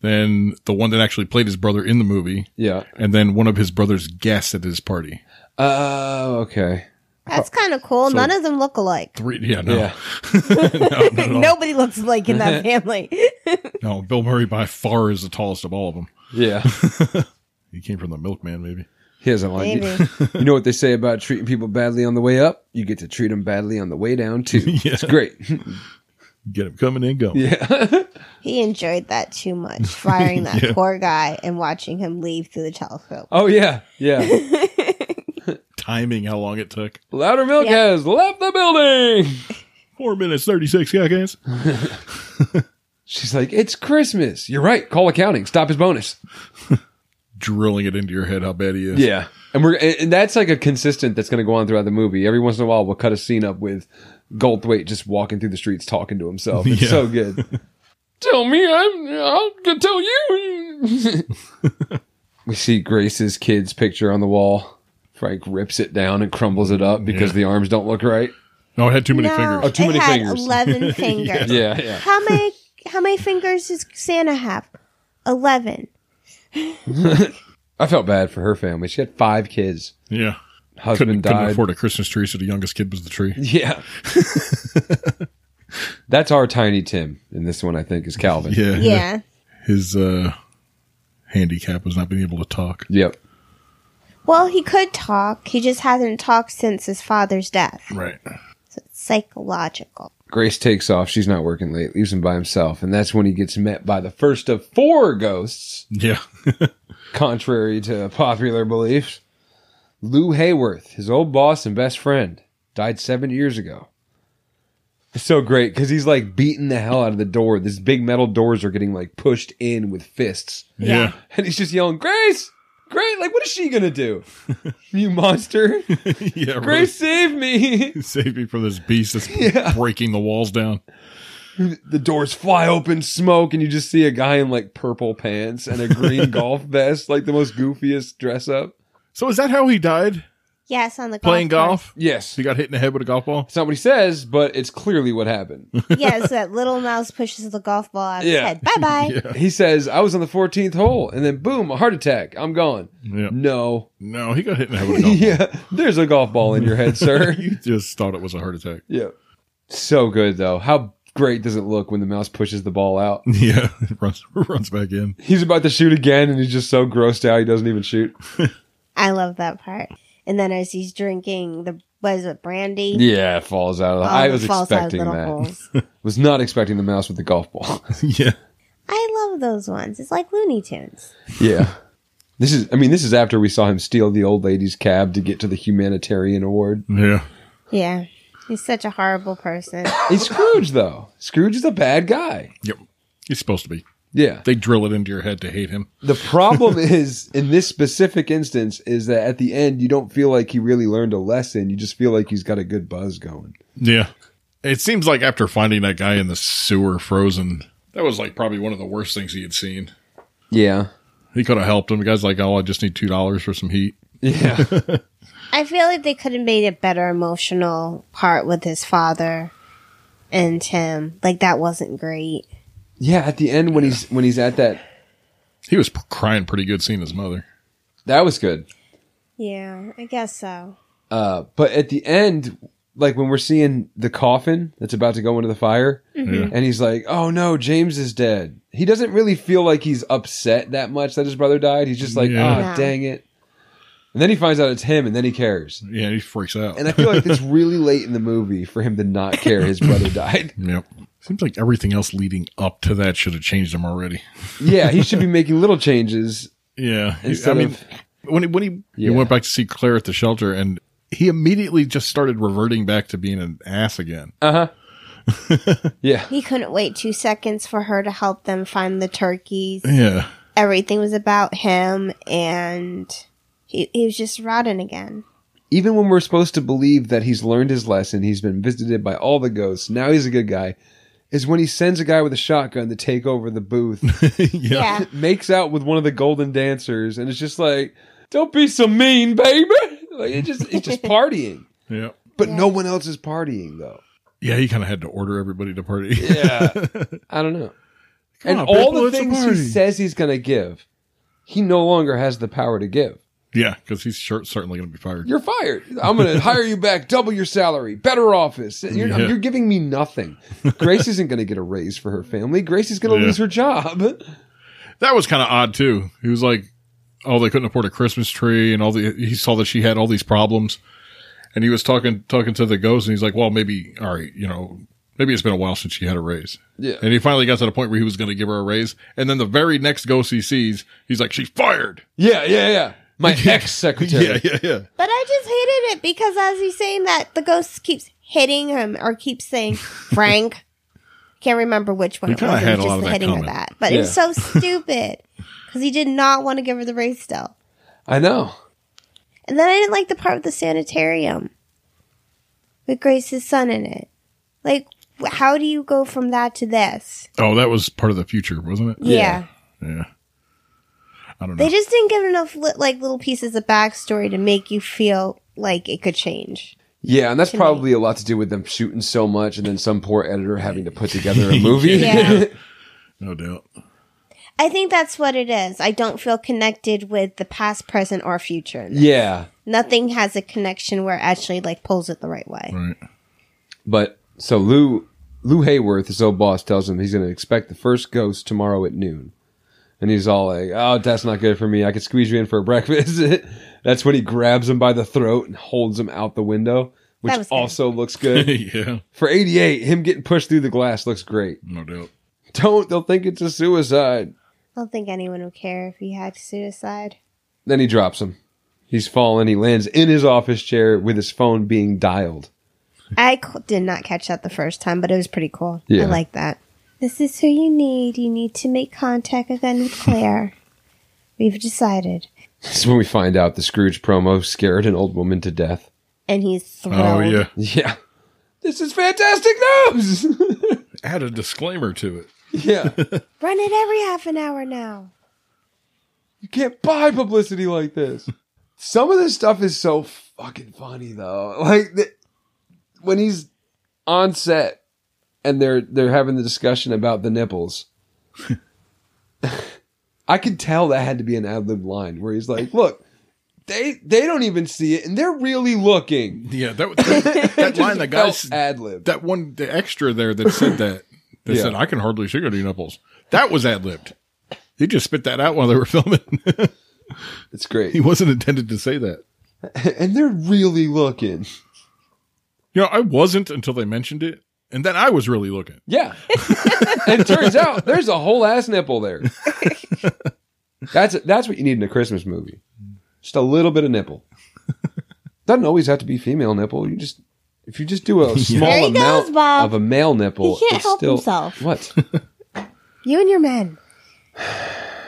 then the one that actually played his brother in the movie, Yeah. and then one of his brother's guests at his party. Oh, okay. That's kind of cool. None of them look [laughs] alike. [laughs] Three, yeah, no, Yeah. Nobody looks alike in that family. [laughs] no. Bill Murray by far is the tallest of all of them. Yeah. He came from the Milkman, maybe. He doesn't like you. Maybe. [laughs] You know what they say about treating people badly on the way up? You get to treat them badly on the way down too. It's great. Get them coming and [laughs] going. Yeah. [laughs] He enjoyed that too much, firing that Yeah. poor guy and watching him leave through the telescope. oh yeah. [laughs] Yeah. Timing how long it took. Louder Milk Yeah. has left the building. Four minutes, 36 seconds. She's like, it's Christmas. You're right. Call accounting. Stop his bonus. Drilling it into your head how bad he is. Yeah. And we're and and that's like a consistent that's going to go on throughout the movie. Every once in a while, we'll cut a scene up with Goldthwait just walking through the streets talking to himself. It's Yeah. so good. tell me, I'm I'm gonna tell you. [laughs] we see Grace's kid's picture on the wall. Frank rips it down and crumbles it up because Yeah. the arms don't look right. No, it had too many fingers. Oh, too it many had fingers. Eleven fingers. Yeah, yeah. How many? How many fingers does Santa have? Eleven. I felt bad for her family. She had five kids. Yeah. Couldn't, Husband couldn't died. afford a Christmas tree, so the youngest kid was the tree. [laughs] Yeah. That's our tiny Tim, and this one I think is Calvin. Yeah. Yeah. His uh, handicap was not being able to talk. Yep. Well, he could talk. He just hasn't talked since his father's death. Right. So it's psychological. Grace takes off. She's not working late. Leaves him by himself, and that's when he gets met by the first of four ghosts. Yeah. Contrary to popular belief, Lou Hayworth, his old boss and best friend, died seven years ago. It's so great because he's like beating the hell out of the door. These big metal doors are getting like pushed in with fists, yeah. [laughs] and he's just yelling, "Grace, Grace! Like, what is she gonna do? you monster! Yeah. really. Grace, save me!" Save me from this beast [laughs] that's Yeah. breaking the walls down. the doors fly open, smoke, and you just see a guy in like purple pants and a [laughs] green golf vest, like the most goofiest dress up. So is that how he died? Yes, on the golf Playing cart. golf? Yes. He got hit in the head with a golf ball? It's not what he says, but it's clearly what [laughs] happened. yeah, so that little mouse pushes the golf ball out of Yeah. his head. Bye bye. he says, I was on the 14th hole, and then boom, a heart attack. I'm gone. Yeah. No. No, he got hit in the head [laughs] with a golf [laughs] ball. yeah. There's a golf ball in your [laughs] head, sir. You just thought it was a heart attack. yeah. So good, though. How great does it look when the mouse pushes the ball out? [laughs] Yeah, runs [laughs] runs back in. He's about to shoot again, and he's just so grossed out, he doesn't even shoot. I love that part. And then as he's drinking the was it brandy? Yeah, Oh, falls out of the. All I the was false eyed expecting little that. [laughs] holes. Was not expecting the mouse with the golf ball. yeah, I love those ones. It's like Looney Tunes. Yeah. This is, I mean, this is after we saw him steal the old lady's cab to get to the humanitarian award. yeah. Yeah. He's such a horrible person. He's Scrooge, though. Scrooge is a bad guy. Yep. He's supposed to be. Yeah. They drill it into your head to hate him. The problem is, in this specific instance, is that at the end, you don't feel like he really learned a lesson. You just feel like he's got a good buzz going. Yeah. It seems like after finding that guy in the sewer frozen, that was like probably one of the worst things he had seen. Yeah. He could have helped him. The guy's like, "Oh, I just need two dollars for some heat." Yeah. I feel like they could have made a better emotional part with his father and Tim. Like that wasn't great. yeah. At the end, when he's, when he's at that, He was p- crying pretty good seeing his mother. that was good. Yeah, I guess so. Uh, but at the end, like when we're seeing the coffin that's about to go into the fire, Yeah. and he's like, "Oh no, James is dead." He doesn't really feel like he's upset that much that his brother died. He's just like, Yeah. "Ah, No. dang it." And then he finds out it's him, and then he cares. Yeah, he freaks out. And I feel like it's really late in the movie for him to not care his brother [laughs] died. yep. Seems like everything else leading up to that should have changed him already. Yeah, he should be making little changes. Yeah, He- I Instead mean, of- when he when he, he Yeah. went back to see Claire at the shelter, and he immediately just started reverting back to being an ass again. Uh [laughs] huh. Uh-huh. yeah, He couldn't wait two seconds for her to help them find the turkeys. Yeah, [laughs] Everything was about him, and he, he was just rotten again. even when we're supposed to believe that he's learned his lesson, he's been visited by all the ghosts, now he's a good guy, is when he sends a guy with a shotgun to take over the [laughs] booth, Yeah. makes out with one of the golden dancers, and it's just like, don't be so mean, baby. Like it just it's [laughs] just partying. yeah, But no one else is partying though. yeah. He kind of had to order everybody to party. Yeah. [laughs] I don't know. Come and on, all people, the it's a things he party. says he's gonna give, he no longer has the power to give. yeah, because he's sure, certainly going to be fired. You're fired. I'm going [laughs] to hire you back, double your salary, better office. You're, Yeah. you're giving me nothing. Grace isn't going to get a raise for her family. Grace is going to Yeah. lose her [laughs] job. That was kind of odd too. He was like, "Oh, they couldn't afford a Christmas tree," and all the he saw that she had all these problems, and he was talking talking to the ghost, and he's like, "Well, maybe all right, you know." Maybe it's been a while since she had a raise. Yeah. And he finally got to the point where he was going to give her a raise. And then the very next ghost he sees, he's like, she's fired. Yeah, yeah, yeah. My ex secretary. [laughs] Yeah, yeah, yeah. But I just hated it because as he's saying that, the ghost keeps hitting him or keeps saying Frank. [laughs] Can't remember which one We it kinda was. had it a was lot just of the that hitting or comment. that. But it was [laughs] so stupid because he did not want to give her the raise still. I know. And then I didn't like the part with the sanitarium with Grace's son in it. Like, wh- how do you go from that to this? Oh, that was part of the future, wasn't it? Yeah. Yeah. I don't know. They just didn't give enough li- like little pieces of backstory to make you feel like it could change. Yeah, and that's me. probably a lot to do with them shooting so much and then some poor editor having to put together [laughs] a movie. Yeah. no doubt. I think that's what it is. I don't feel connected with the past, present, or future. [laughs] yeah. Nothing has a connection where it actually like pulls it the right way. Right. But so Lou Lou Hayworth, his old boss, tells him he's going to expect the first ghost tomorrow at noon, and he's all like, "Oh, that's not good for me. I could squeeze you in for a [laughs] breakfast." that's when he grabs him by the throat and holds him out the window, which That was good. also looks good [laughs] [laughs] yeah. for eighty eight. Him getting pushed through the glass looks great. No doubt. Don't they'll think it's a suicide. I don't think anyone would care if he had suicide. Then he drops him. He's fallen. He lands in his office chair with his phone being dialed. [laughs] I c- did not catch that the first time, but it was pretty cool. Yeah. I like that. This is who you need. You need to make contact again with Claire. We've decided. This is when we find out the Scrooge promo scared an old woman to death. And he's thrilled. Oh, yeah. [laughs] Yeah. This is fantastic news. [laughs] Add a disclaimer to it. yeah. Run it every half an hour now. You can't buy publicity like this. Some of this stuff is so fucking funny though. [laughs] Like the, when he's on set and they're they're having the discussion about the nipples. [laughs] I could tell that had to be an ad lib line where he's like, "Look, they they don't even see it, and they're really looking." Yeah. [laughs] That, that, that line, that guy, ad lib. that one, the extra there that said that, that Yeah. said, I can hardly sugar your nipples. That was ad libbed. He just spit that out while they were [laughs] filming. It's great, [laughs] [laughs] he wasn't intended to say that. and they're really looking. You know, I wasn't until they mentioned it. And then I was really looking. Yeah. [laughs] and it turns out there's a whole ass nipple there. that's that's what you need in a Christmas movie. Just a little bit of nipple. Doesn't always have to be female nipple. You just if you just do a There small he amount goes, Bob. of a male nipple, He can't it's help still himself. what? You and your men.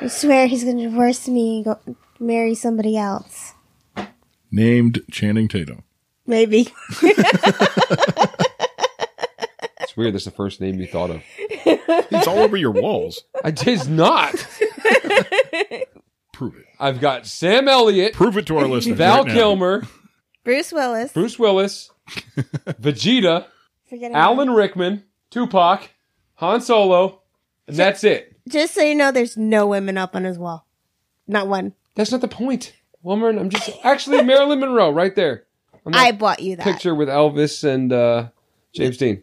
I swear he's going to divorce me and go marry somebody else. Named Channing Tatum. Maybe. It's weird. That's the first name you thought of. He's all over your walls. I did not. Prove it. I've got Sam Elliott, Prove it to our listeners. Val right now. Kilmer, Bruce Willis. Bruce Willis, Vegeta, Forget about it. Alan Rickman, Tupac, Han Solo, and that's it. Just so you know, there's no women up on his wall. Not one. That's not the point. Woman, I'm just actually Marilyn Monroe right there. On I that bought you that. picture with Elvis and uh, James Dean.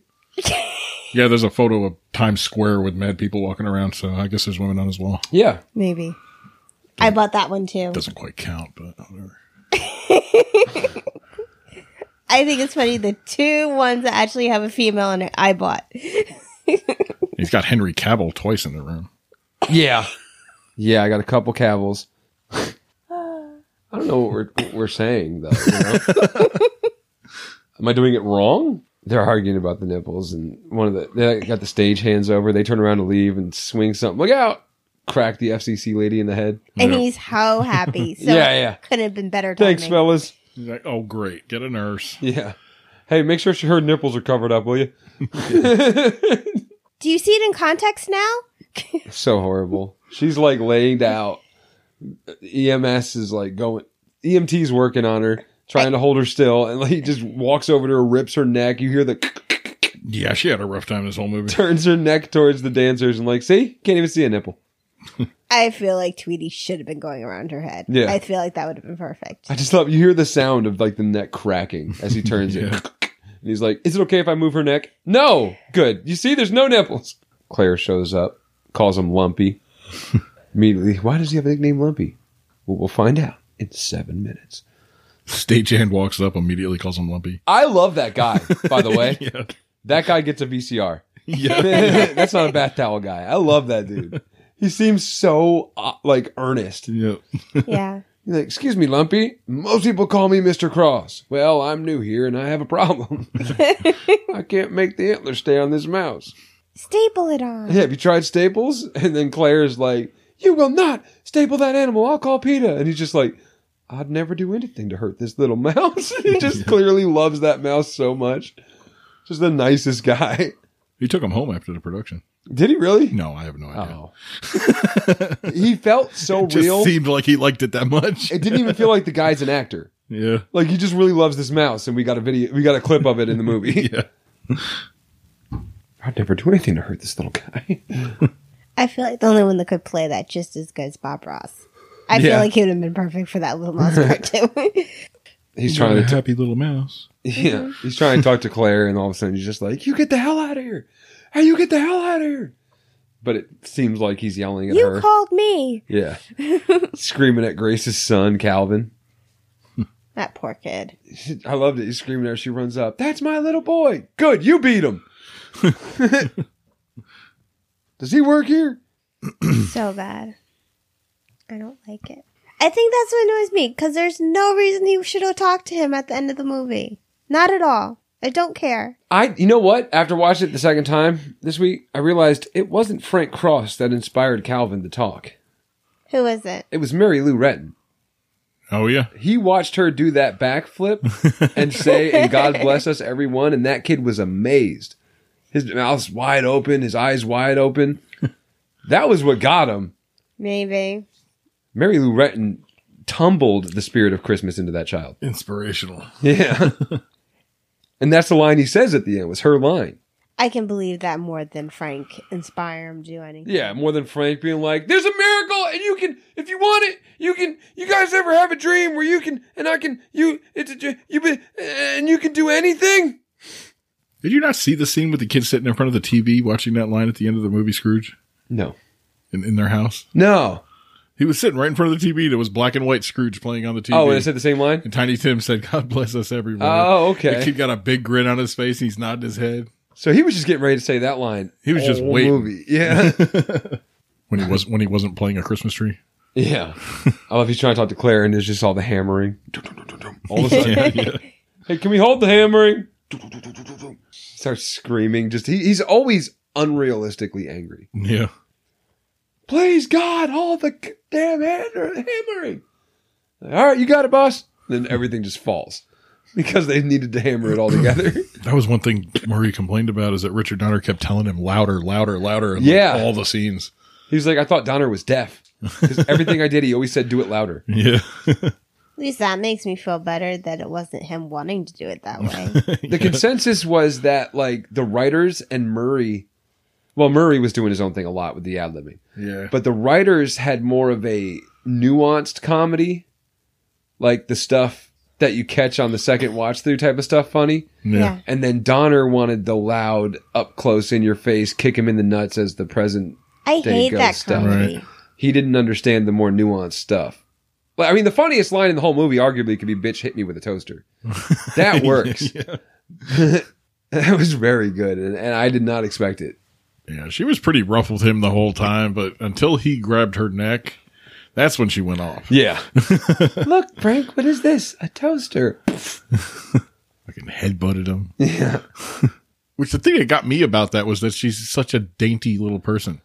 Yeah, there's a photo of Times Square with mad people walking around, so I guess there's women on his wall. Yeah. Maybe. I bought that one too. Doesn't quite count, but whatever. I think it's funny the two ones that actually have a female in it I bought. He's got Henry Cavill twice in the room. Yeah. Yeah, I got a couple cavils. I don't know what we're, what we're saying, though. you know? [laughs] Am I doing it wrong? They're arguing about the nipples, and one of the they got the stage hands over. They turn around to leave and swing something. Look out! Crack the FCC lady in the head. And Yeah. he's [laughs] how happy. So Yeah, yeah. it Couldn't have been better timing. Thanks, fellas. He's like, oh, great. Get a nurse. Yeah. Hey, make sure her nipples are covered up, will you? Do you see it in context now? [laughs] so horrible. She's like laid out. EMS is like going. EMT's working on her, trying to hold her still, and like he just walks over to her, rips her neck. You hear the [laughs] Yeah, she had a rough time this whole movie. [laughs] turns her neck towards the dancers, and like, see, can't even see a nipple. I feel like Tweety should have been going around her head. Yeah. I feel like that would have been perfect. I just love you hear the sound of like the neck cracking as he turns [laughs] Yeah. it. [laughs] And he's like, Is it okay if I move her neck? No. Good. You see, there's no nipples. Claire shows up, calls him [laughs] Lumpy. Immediately, why does he have a nickname Lumpy? Well, we'll find out in seven minutes. Stagehand walks up, immediately calls him Lumpy. I love that guy, by the way. [laughs] Yeah. That guy gets a VCR. Yeah. [laughs] That's not a bath towel guy. I love that dude. He seems so uh, like earnest. yeah. yeah. He's like, "Excuse me, Lumpy. Most people call me Mr. Cross. Well, I'm new here and I have a problem. [laughs] I can't make the antler stay on this mouse. Staple it on. Yeah, have you tried staples?" [laughs] And then Claire's like, "You will not staple that animal. I'll call PETA." And he's just like, "I'd never do anything to hurt this little [laughs] mouse." he just clearly loves that mouse so much. Just the nicest guy. [laughs] He took him home after the production. Did he really? No, I have no idea. Oh. [laughs] he felt so [laughs] Just real. seemed like he liked it that much. it didn't even feel like the guy's an actor. yeah. Like he just really loves this mouse, and we got a video, we got a clip of it in the movie. Yeah. I'd never do anything to hurt this little guy. [laughs] I feel like the only one that could play that just as good is Bob Ross. I Yeah. feel like he would have been perfect for that little [laughs] mouse part too. He's trying to, happy little mouse. [laughs] yeah, he's trying to talk to Claire, and all of a sudden he's just like, "You get the hell out of here! Hey, you get the hell out of here!" But it seems like he's yelling at you her. called me. yeah, screaming at Grace's son, Calvin. [laughs] That poor kid. [clears throat] I loved it. He's screaming at her. She runs up. That's my little boy. Good, you beat him. [laughs] Does he work here? so bad. I don't like it. I think that's what annoys me because there's no reason he should have talked to him at the end of the movie. Not at all. I don't care. I, you know what? After watching it the second time this week, I realized it wasn't Frank Cross that inspired Calvin to talk. Who is it? It was Mary Lou Retton. Oh yeah. [laughs] He watched her do that backflip and say, "And God bless us, everyone." And that kid was amazed. His mouth's wide open, his eyes wide open. That was what got him. Maybe. Mary Lou Retton tumbled the spirit of Christmas into that child. [laughs] Inspirational. Yeah. and that's the line he says at the end was her line. I can believe that more than Frank inspire him to do anything. Yeah, more than Frank being like, There's a miracle and you can if you want it, you can you guys ever have a dream where you can and I can you it's a dr- you be, and you can do anything? Did you not see the scene with the kid sitting in front of the TV watching that line at the end of the movie Scrooge No. in, in their house? No. He was sitting right in front of the TV. That was black and white Scrooge playing on the TV. Oh, and I said the same [laughs] line? And Tiny Tim said, "God bless us, everyone." Oh, The okay. kid got a big grin on his face. And he's nodding his head So he was just getting ready to say that line. He was just all waiting. Movie. [laughs] Yeah. when he was when he wasn't playing a Christmas tree. yeah. I love he's trying to talk to Claire and there's just all the hammering. All of a sudden. [laughs] [laughs] Yeah, yeah. Hey, can we hold the hammering? Starts screaming. Just he, he's always unrealistically angry. yeah. Please God, hold the c- damn hammer- hammering. All right, you got it, boss. Then everything just falls because they needed to hammer it all together. That was one thing Murray complained about is that Richard Donner kept telling him louder, louder, louder. in like, Yeah. all the scenes. he was like, I thought Donner was deaf. 'Cause everything I did, he always said, "Do it louder." [laughs] Yeah, At least that makes me feel better that it wasn't him wanting to do it that [laughs] way. The consensus was that like the writers and Murray, well, Murray was doing his own thing a lot with the ad libbing. yeah. but the writers had more of a nuanced comedy, like the stuff that you catch on the second watch through type of stuff funny. yeah. And then Donner wanted the loud, up close in your face, kick him in the nuts as the present. I There you hate go, that stuff. comedy. Right. He didn't understand the more nuanced stuff. Like, I mean, the funniest line in the whole movie arguably could be "Bitch hit me with a toaster." That works. [laughs] that was very good, and, and I did not expect it. Yeah, she was pretty rough with him the whole time, but until he grabbed her neck, that's when she went off. Yeah. Look, Frank, what is this? A toaster? [laughs] Fucking headbutted him. Yeah. Which the thing that got me about that was that she's such a dainty little person.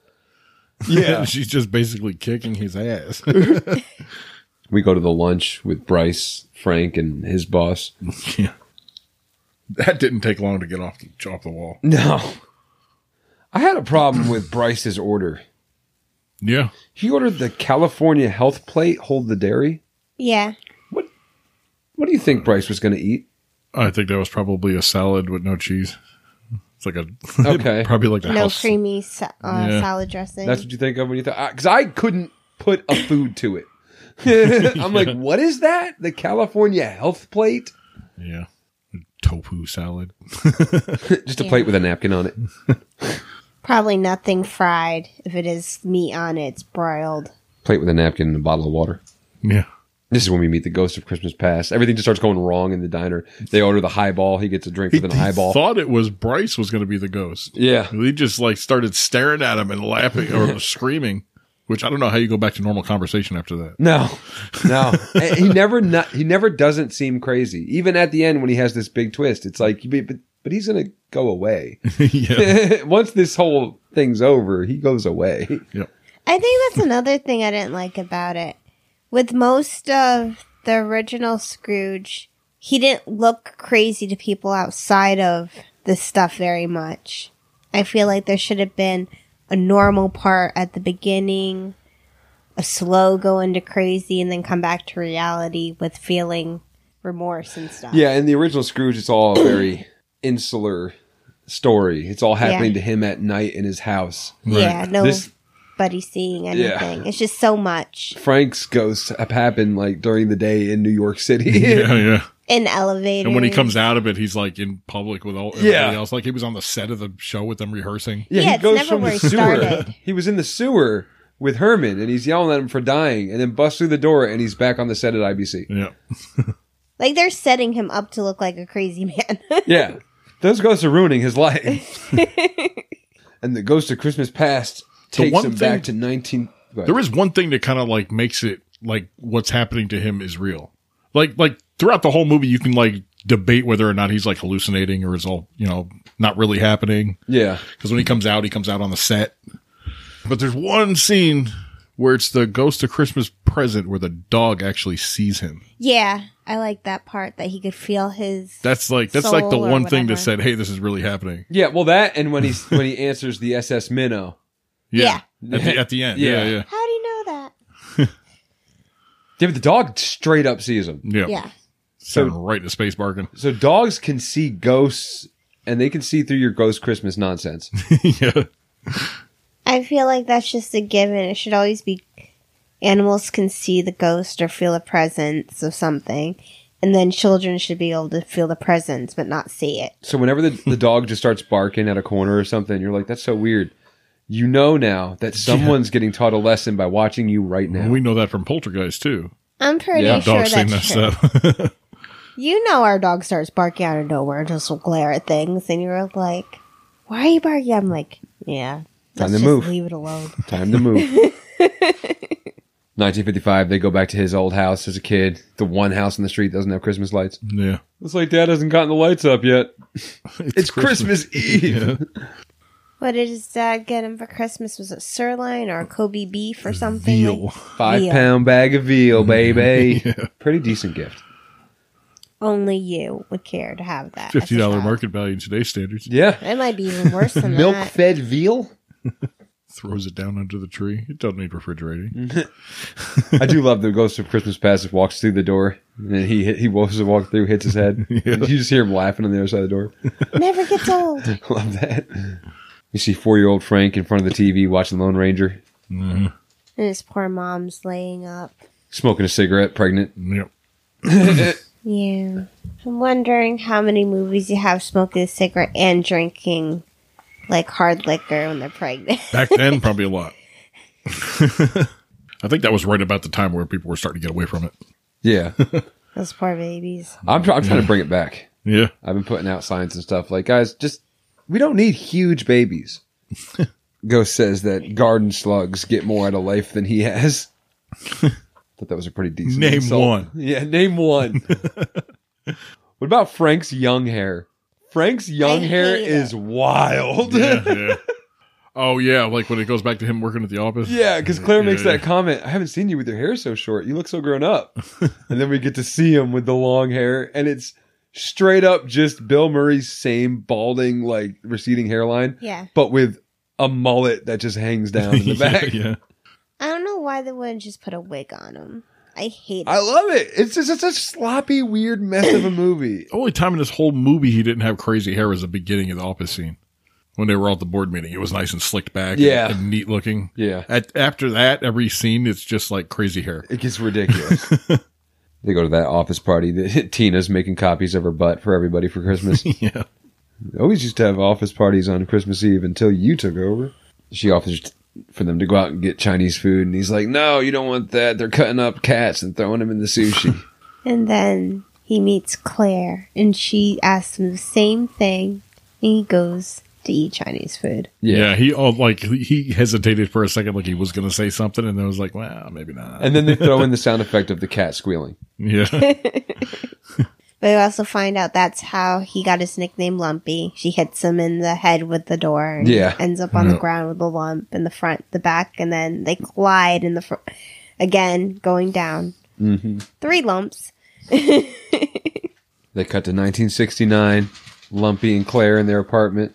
Yeah. [laughs] she's just basically kicking his ass. [laughs] We go to the lunch with Bryce, Frank, and his boss. yeah. That didn't take long to get off the, off the wall. No. I had a problem with Bryce's order. Yeah. He ordered the California health plate, hold the dairy. Yeah. What do you think Bryce was going to [laughs] eat? I think that was probably a salad with no cheese. It's like a Okay. [laughs] probably like a No house. creamy sa- uh, Yeah. salad dressing. That's what you think of when you thought, because I couldn't put a food to it. [laughs] I'm like, what is that? The California health plate? Yeah. Tofu salad. [laughs] Just a plate with a napkin on it. Probably nothing fried. If it is meat on it, it's broiled. Plate with a napkin and a bottle of water. Yeah. This is when we meet the ghost of Christmas past. Everything just starts going wrong in the diner. They order the highball. He gets a drink He, with an he highball. thought it was Bryce was going to be the ghost. yeah. He just like started staring at him and laughing or screaming, which I don't know how you go back to normal conversation after that. No, no. [laughs] And he never, not, he never doesn't seem crazy. Even at the end when he has this big twist, it's like, but, but- but he's gonna go [laughs] away. yeah. Once this whole thing's over, he goes away. I think that's another thing I didn't like about it. With most of the original Scrooge, he didn't look crazy to people outside of this stuff very much. I feel like there should have been a normal part at the beginning, a slow go into crazy, and then come back to reality with feeling remorse and stuff. Yeah, in the original Scrooge, it's all a very [clears throat] insular story. It's all happening to Yeah. him at night in his house. Yeah, This- nobody seeing anything. It's just so much. Frank's ghosts have happened like during the day in New York [laughs] City. Yeah, yeah. In elevators. And when he comes out of it, he's like in public with all everybody Yeah. else. Like he was on the set of the show with them rehearsing. Yeah, Yeah, he it's goes never from where the he sewer. started. he was in the sewer with Herman, and he's yelling at him for dying, and then busts through the door, and he's back on the set at IBC. Yeah. Like they're setting him up to look like a crazy [laughs] man. Yeah, those ghosts are ruining his life. and the ghost of Christmas past takes one him thing- back to nineteen. go ahead. There is one thing that kind of like makes it like what's happening to him is real. Like like throughout the whole movie, you can like debate whether or not he's like hallucinating or is all you know not really happening. yeah, Because when he comes out, he comes out on the set. But there's one scene where it's the ghost of Christmas present where the dog actually sees him. yeah, I like that part that he could feel his. That's like that's like the Soul or one thing that whatever. said, "Hey, this is really happening." yeah. Well, that and when he's when he answers the SS Minnow. Yeah. At, the, at the end. Yeah, Yeah. yeah. How do you know that? Yeah, but the dog straight up sees him. Yeah. Yeah, Sounding right in the space bargain. [laughs] So dogs can see ghosts, and they can see through your ghost Christmas nonsense. yeah. I feel like that's just a given. It should always be animals can see the ghost or feel the presence of something, and then children should be able to feel the presence but not see it. So whenever the, the dog just starts barking at a corner or something, you're like, that's so weird. You know now that someone's getting taught a lesson by watching you right now. We know that from Poltergeist too. I'm pretty Yeah, sure Dogs seen that [laughs] that's true. stuff. You know, our dog starts barking out of nowhere and just will glare at things, and you're like, "Why are you barking?" I'm like, "Yeah, Time let's to just move." Leave it alone." Time to move. [laughs] 1955, they go back to his old house as a kid. The one house in the street doesn't have Christmas lights. yeah. Looks like dad hasn't gotten the lights up yet. It's, It's Christmas, [laughs] Eve. Yeah. What did his dad get him for Christmas? Was it sirloin or Kobe beef or [laughs] something? Veal. Like, Five pound Veal. bag of veal, baby. [laughs] Pretty decent gift. only you would care to have that. Fifty [laughs] dollar mark. market value in today's standards. Yeah. It might be even [laughs] worse than Milk that. fed [laughs] veal? Throws it down under the tree. It doesn't need refrigerating. I do love the ghost of Christmas past that walks through the door and then he hit, he walks to walk through, hits his [laughs] head. And you just hear him laughing on the other side of the door. [laughs] Never gets old. love that. You see four year old Frank in front of the TV watching Lone Ranger, Mm. And his poor mom's laying up. smoking a cigarette, pregnant. Mm-hmm. Yep. Yeah. I'm wondering how many movies you have smoking a cigarette and drinking like hard liquor when they're pregnant. [laughs] Back then, probably a lot. [laughs] I think that was right about the time where people were starting to get away from it. Yeah, Those poor babies. I'm try- I'm [laughs] trying to bring it back. Yeah. I've been putting out signs and stuff like, guys, just we don't need huge [laughs] babies. Ghost says that garden slugs get more out of life than he [laughs] has. Thought that was a pretty decent Name insult. one. [laughs] Yeah, name one. [laughs] what about Frank's young hair? Frank's young I hair hate is wild. [laughs] Yeah. yeah. Oh yeah, like when it goes back to him working at the office. Yeah, because Claire makes Yeah. that comment. I haven't seen you with your hair so short. You look so grown [laughs] up. and then we get to see him with the long hair, and it's straight up just Bill Murray's same balding, like receding hairline, Yeah. but with a mullet that just [laughs] hangs down in the back. yeah, yeah. I don't know why they wouldn't just put a wig on him. I hate I it. love it. It's just it's a sloppy, weird mess of a [laughs] movie. The only time in this whole movie he didn't have crazy hair was the beginning of the office scene when they were all at the board meeting. It was nice and slicked back, and- Yeah. and, neat looking. Yeah. At, after that, every scene it's just like crazy hair. It gets [laughs] ridiculous. they go to that office party that [laughs] Tina's making copies of her butt for everybody for Christmas. [laughs] Yeah, They always used to have office parties on Christmas Eve until you took over. She offers for them to go out and get Chinese food. And he's like, no, you don't want that. They're cutting up cats and throwing them in the sushi. And then he meets Claire, and she asks him the same thing, and he goes to eat Chinese food. Yeah, Yeah. he all like he hesitated for a second, like he was going to say something, and then was like, "Well, maybe not." and then they throw in the sound effect of the cat squealing. [laughs] [laughs] yeah, But we also find out that's how he got his nickname Lumpy. She hits him in the head with the door and Yeah. ends up on the Yeah. ground with a lump in the front, the back, and then they collide in the front again, going down. Mm-hmm. Three lumps. They cut to 1969, Lumpy and Claire in their apartment.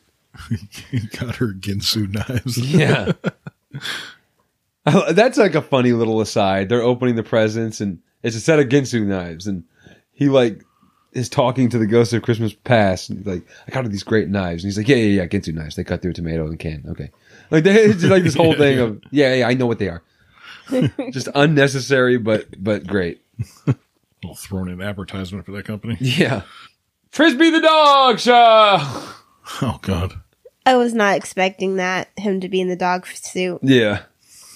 he got her Ginsu [laughs] knives. [laughs] Yeah. That's like a funny little aside. They're opening the presents and it's a set of Ginsu knives and he like is talking to the ghost of Christmas past and he's like, I got all these great knives. And he's like, Yeah, yeah, yeah, Ginsu knives. They cut through a tomato and can. Okay. Like they, it's just like [laughs] this whole thing of yeah, yeah, I know what they are. just unnecessary but but great. Well, thrown in advertisement for that company. [laughs] Yeah. Frisbee the dog show. Oh God, I was not expecting that, him to be in the dog suit. Yeah.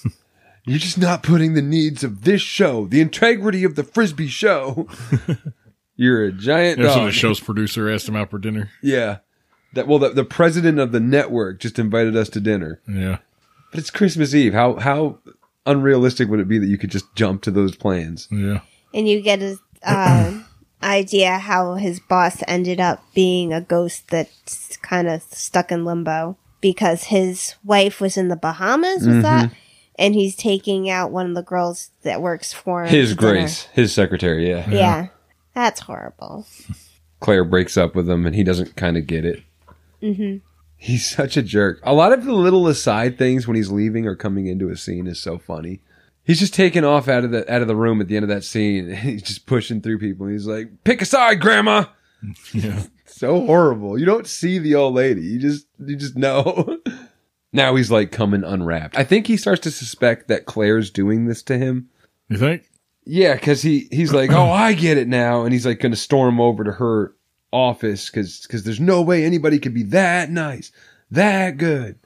[laughs] You're just not putting the needs of this show, the integrity of the Frisbee show. [laughs] You're a giant that's when dog. the show's producer asked him out for dinner. Yeah. That well, the, the president of the network just invited us to dinner, Yeah, but it's Christmas Eve. How how unrealistic would it be that you could just jump to those plans? yeah, And you get his uh, [clears throat] idea how his boss ended up being a ghost that's kind of stuck in limbo because his wife was in the Bahamas, was Mm-hmm. that? And he's taking out one of the girls that works for him. His for dinner. Grace, his secretary, yeah. Yeah. That's horrible. Claire breaks up with him, and he doesn't kind of get it. Mm-hmm. He's such a jerk. A lot of the little aside things when he's leaving or coming into a scene is so funny. He's just taken off out of the out of the room at the end of that scene. [laughs] And he's just pushing through people. He's like, "Pick a side, Grandma." yeah. so horrible. You don't see the old lady. You just you just know. [laughs] now he's like coming unwrapped. I think he starts to suspect that Claire's doing this to him. You think? Yeah, because he he's like, oh, I get it now, and he's like going to storm over to her office because there's no way anybody could be that nice, that good.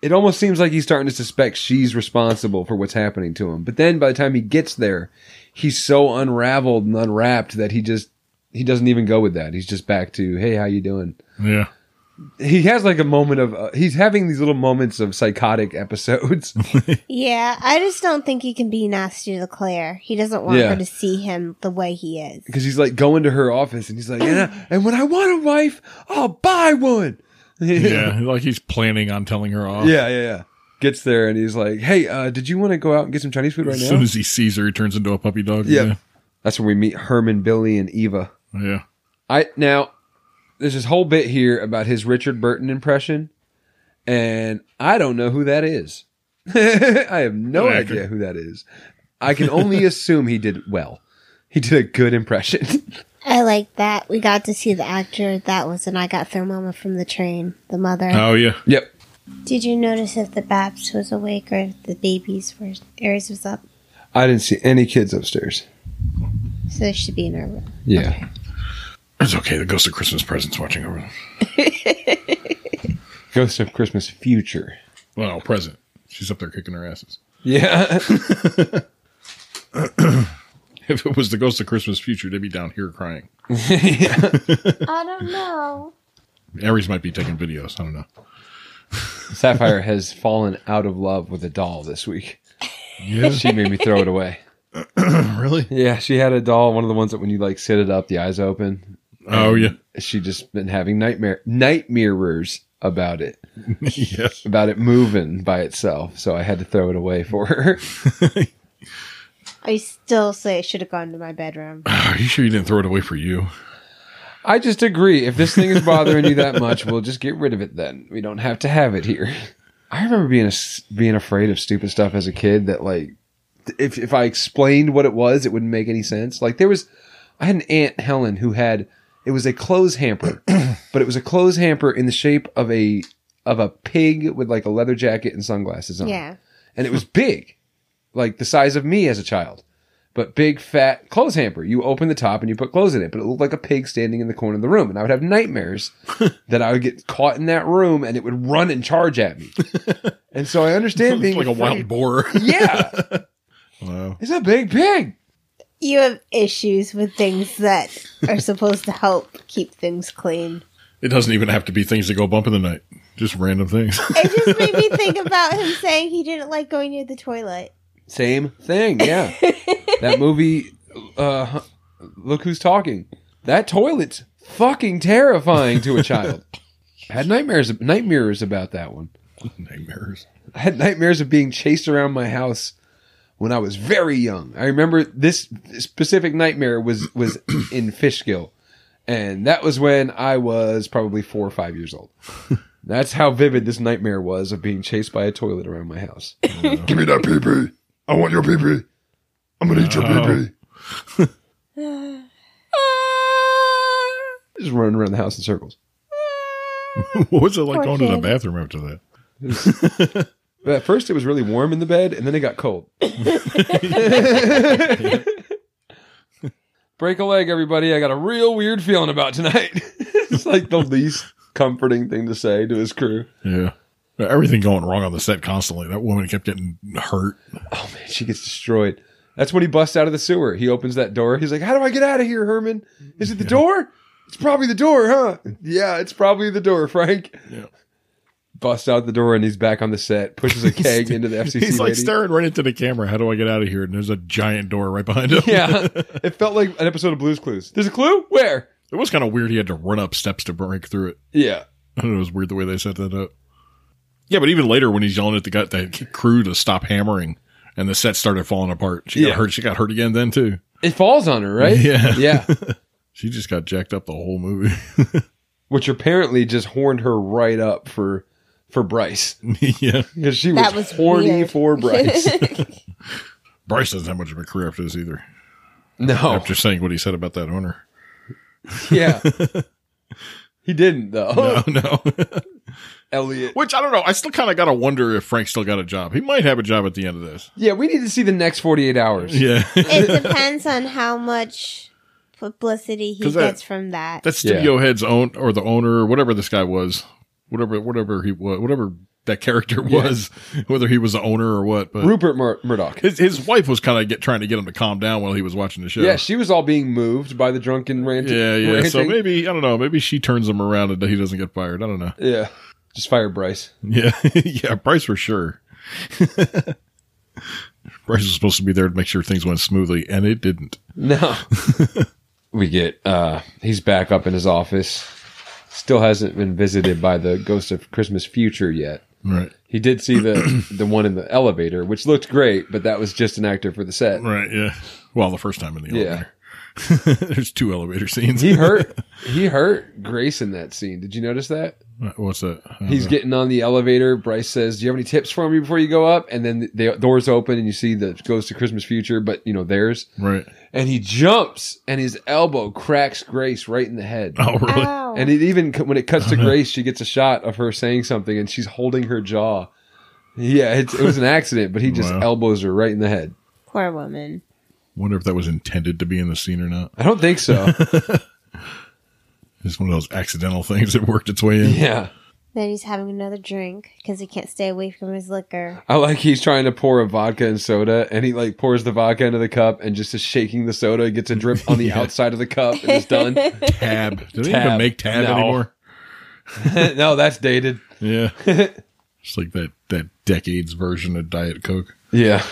it almost seems like he's starting to suspect she's responsible for what's happening to him. But then by the time he gets there, he's so unraveled and unwrapped that he just he doesn't even go with that. He's just back to, hey, how you doing? [laughs] Yeah, He has like a moment of uh, he's having these little moments of psychotic [laughs] episodes. Yeah, I just don't think he can be nasty to Claire. He doesn't want Yeah. her to see him the way he is. because he's like going to her office and he's like, and, I- and when I want a wife, I'll buy one. [laughs] yeah. Like he's planning on telling her off. yeah, yeah, yeah. Gets there and he's like, hey, uh, did you want to go out and get some Chinese food right As soon now? as he sees her, he turns into a puppy dog. Yeah. That's when we meet Herman, Billy, and Eva. yeah, yeah. I now there's this whole bit here about his Richard Burton impression, and I don't know who that is. [laughs] I have no Good actor. idea who that is. I can [laughs] only assume he did well. He did a good impression. [laughs] I like that. We got to see the actor that was an I Got Throw Mama from the Train, the mother. Oh yeah. yep. Did you notice if the Babs was awake or if the babies were Aries was up? I didn't see any kids upstairs. So they should be in our room. Yeah. It's okay. The ghost of Christmas present's watching over them. Ghost of Christmas Future. Well, present. She's up there kicking her asses. [laughs] Yeah. [laughs] If it was the ghost of Christmas future, they'd be down here crying. I don't know. Aries might be taking videos. I don't know. Sapphire has fallen out of love with a doll this week. [laughs] Yeah, She made me throw it away. really? Yeah, she had a doll, one of the ones that when you like sit it up, the eyes open. Oh yeah, She just been having nightmare nightmirers about it, yeah. about it moving by itself. So I had to throw it away for her. I still say it should have gone to my bedroom. [sighs] Are you sure you didn't throw it away for [laughs] you? I just agree. If this thing is bothering you that much, we'll just get rid of it then. We don't have to have it here. I remember being a s being afraid of stupid stuff as a kid that like if if I explained what it was, it wouldn't make any sense. Like there was I had an aunt Helen who had it was a clothes [clears throat] hamper, but it was a clothes hamper in the shape of a of a pig with like a leather jacket and sunglasses on Yeah. and it was big, like the size of me as a child, but big fat clothes hamper. You open the top and you put clothes in it, but it looked like a pig standing in the corner of the room. And I would [laughs] [laughs] have nightmares that I would get caught in that room and it would run and charge at me. And so I understand being like a afraid. wild boar. [laughs] Yeah, wow. it's a big pig. You have issues with things that are supposed to help keep things clean. It doesn't even have to be things that go bump in the night. Just random things. [laughs] It just made me think about him saying he didn't like going near the toilet. Same thing. [laughs] Yeah, that movie. Uh, look who's talking. That toilet's fucking terrifying to a [laughs] child. I had nightmares nightmares about that one. Nightmares. I had nightmares of being chased around my house when I was very young. I remember this specific nightmare was was [clears throat] in Fishkill, and that was when I was probably four or five years old. That's how vivid this nightmare was of being chased by a toilet around my house. Give me that pee pee. I want your pee pee. I'm gonna eat your pee pee. Just running around the house in circles. [laughs] what was it like Poor going to the kid. bathroom after that? But at first, it was really warm in the bed, and then it got cold. [laughs] Break a leg, everybody. I got a real weird feeling about tonight. [laughs] it's like the least comforting thing to say to his crew. Yeah. Everything going wrong on the set constantly. That woman kept getting hurt. Oh, man, she gets destroyed. That's when he busts out of the sewer. He opens that door. He's like, How do I get out of here, Herman? Is it the door? It's probably the door, huh? Yeah, it's probably the door, Frank. Yeah. Busts out the door and he's back on the set, pushes [laughs] a keg into the FCC. He's like lady. staring right into the camera. How do I get out of here? And there's a giant door right behind him. [laughs] Yeah. It felt like an episode of Blues Clues. There's a clue? Where? It was kind of weird. He had to run up steps to break through it. Yeah. I don't know. It was weird the way they set that up. Yeah, but even later when he's yelling at the guy, the crew to stop hammering, and the set started falling apart. She Yeah. got hurt. She got hurt again then too. It falls on her, right? [laughs] Yeah. Yeah. She just got jacked up the whole movie. [laughs] [laughs] Which apparently just horned her right up for for Bryce. [laughs] yeah, Because she was, That was horny weird. for [laughs] Bryce. Bryce doesn't have much of a career after this either. no. After saying what he said about that owner. [laughs] [laughs] Yeah. He didn't though. Oh no. [laughs] [laughs] Elliot. Which I don't know. I still kind of got to wonder if Frank still got a job. He might have a job at the end of this. Yeah, we need to see the next forty eight hours. Yeah. It depends on how much publicity he 'Cause that- gets from that. [laughs] that studio head's own or the owner or whatever this guy was, whatever whatever he was, whatever that character was, [laughs] whether he was the owner or what. But Rupert Mur- Murdoch. his his wife was kind of get trying to get him to calm down while he was watching the show. Yeah, she was all being moved by the drunken rant- yeah, yeah. ranting. So maybe I don't know. Maybe she turns him around and he doesn't get fired. I don't know. [laughs] Yeah. Just fire Bryce. Yeah, yeah. Bryce for sure. [laughs] Bryce was supposed to be there to make sure things went smoothly, and it didn't. No. [laughs] we get uh he's back up in his office. Still hasn't been visited by the ghost of Christmas future yet. Right, He did see the the one in the elevator, which looked great, but that was just an actor for the set. right. Yeah. Well, the first time in the Yeah. elevator. [laughs] There's two elevator scenes. He hurt he hurt Grace in that scene. Did you notice that? [laughs] What's that? Uh, I don't He's know. getting on the elevator. Bryce says, "Do you have any tips for me before you go up?" And then the doors open and you see the ghost of Christmas future, but you know theirs. right. [laughs] And he jumps and his elbow cracks Grace right in the head. Oh, really? Ow. And it even when it cuts to Grace, she gets a shot of her saying something, and she's holding her jaw. Yeah, it's, it was an accident, but he just Wow. elbows her right in the head. Poor woman. Wonder if that was intended to be in the scene or not. I don't think so. It's one of those accidental things that worked its way [laughs] in. yeah, Then he's having another drink because he can't stay away from his liquor. I like he's trying to pour a vodka and soda, and he like pours the vodka into the cup, and just is shaking the soda, it gets a drip on the outside of the cup, and it's done. [laughs] Tab. Do they Tab. even make tab No. anymore? no, that's dated. [laughs] Yeah. it's like that that decades version of Diet Coke. Yeah,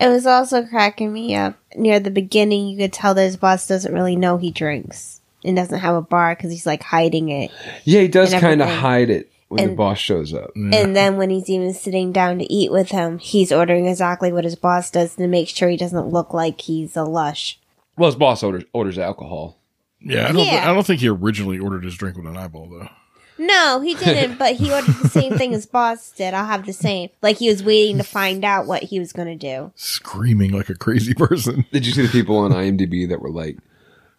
It was also cracking me up. Near the beginning, you could tell that his boss doesn't really know he drinks and doesn't have a bar because he's like hiding it. yeah, he does And kind of everything. hide it when the And- boss shows up. Mm. And then when he's even sitting down to eat with him, he's ordering exactly what his boss does to make sure he doesn't look like he's a lush. Well, his boss orders orders alcohol. Yeah. I don't, thi- Yeah. I don't think he originally ordered his drink with an eyeball though. No, he didn't, but he ordered the same thing his boss did. I'll have the same. Like he was waiting to find out what he was going to do. Screaming like a crazy [laughs] person. Did you see the people on IMDb that were like,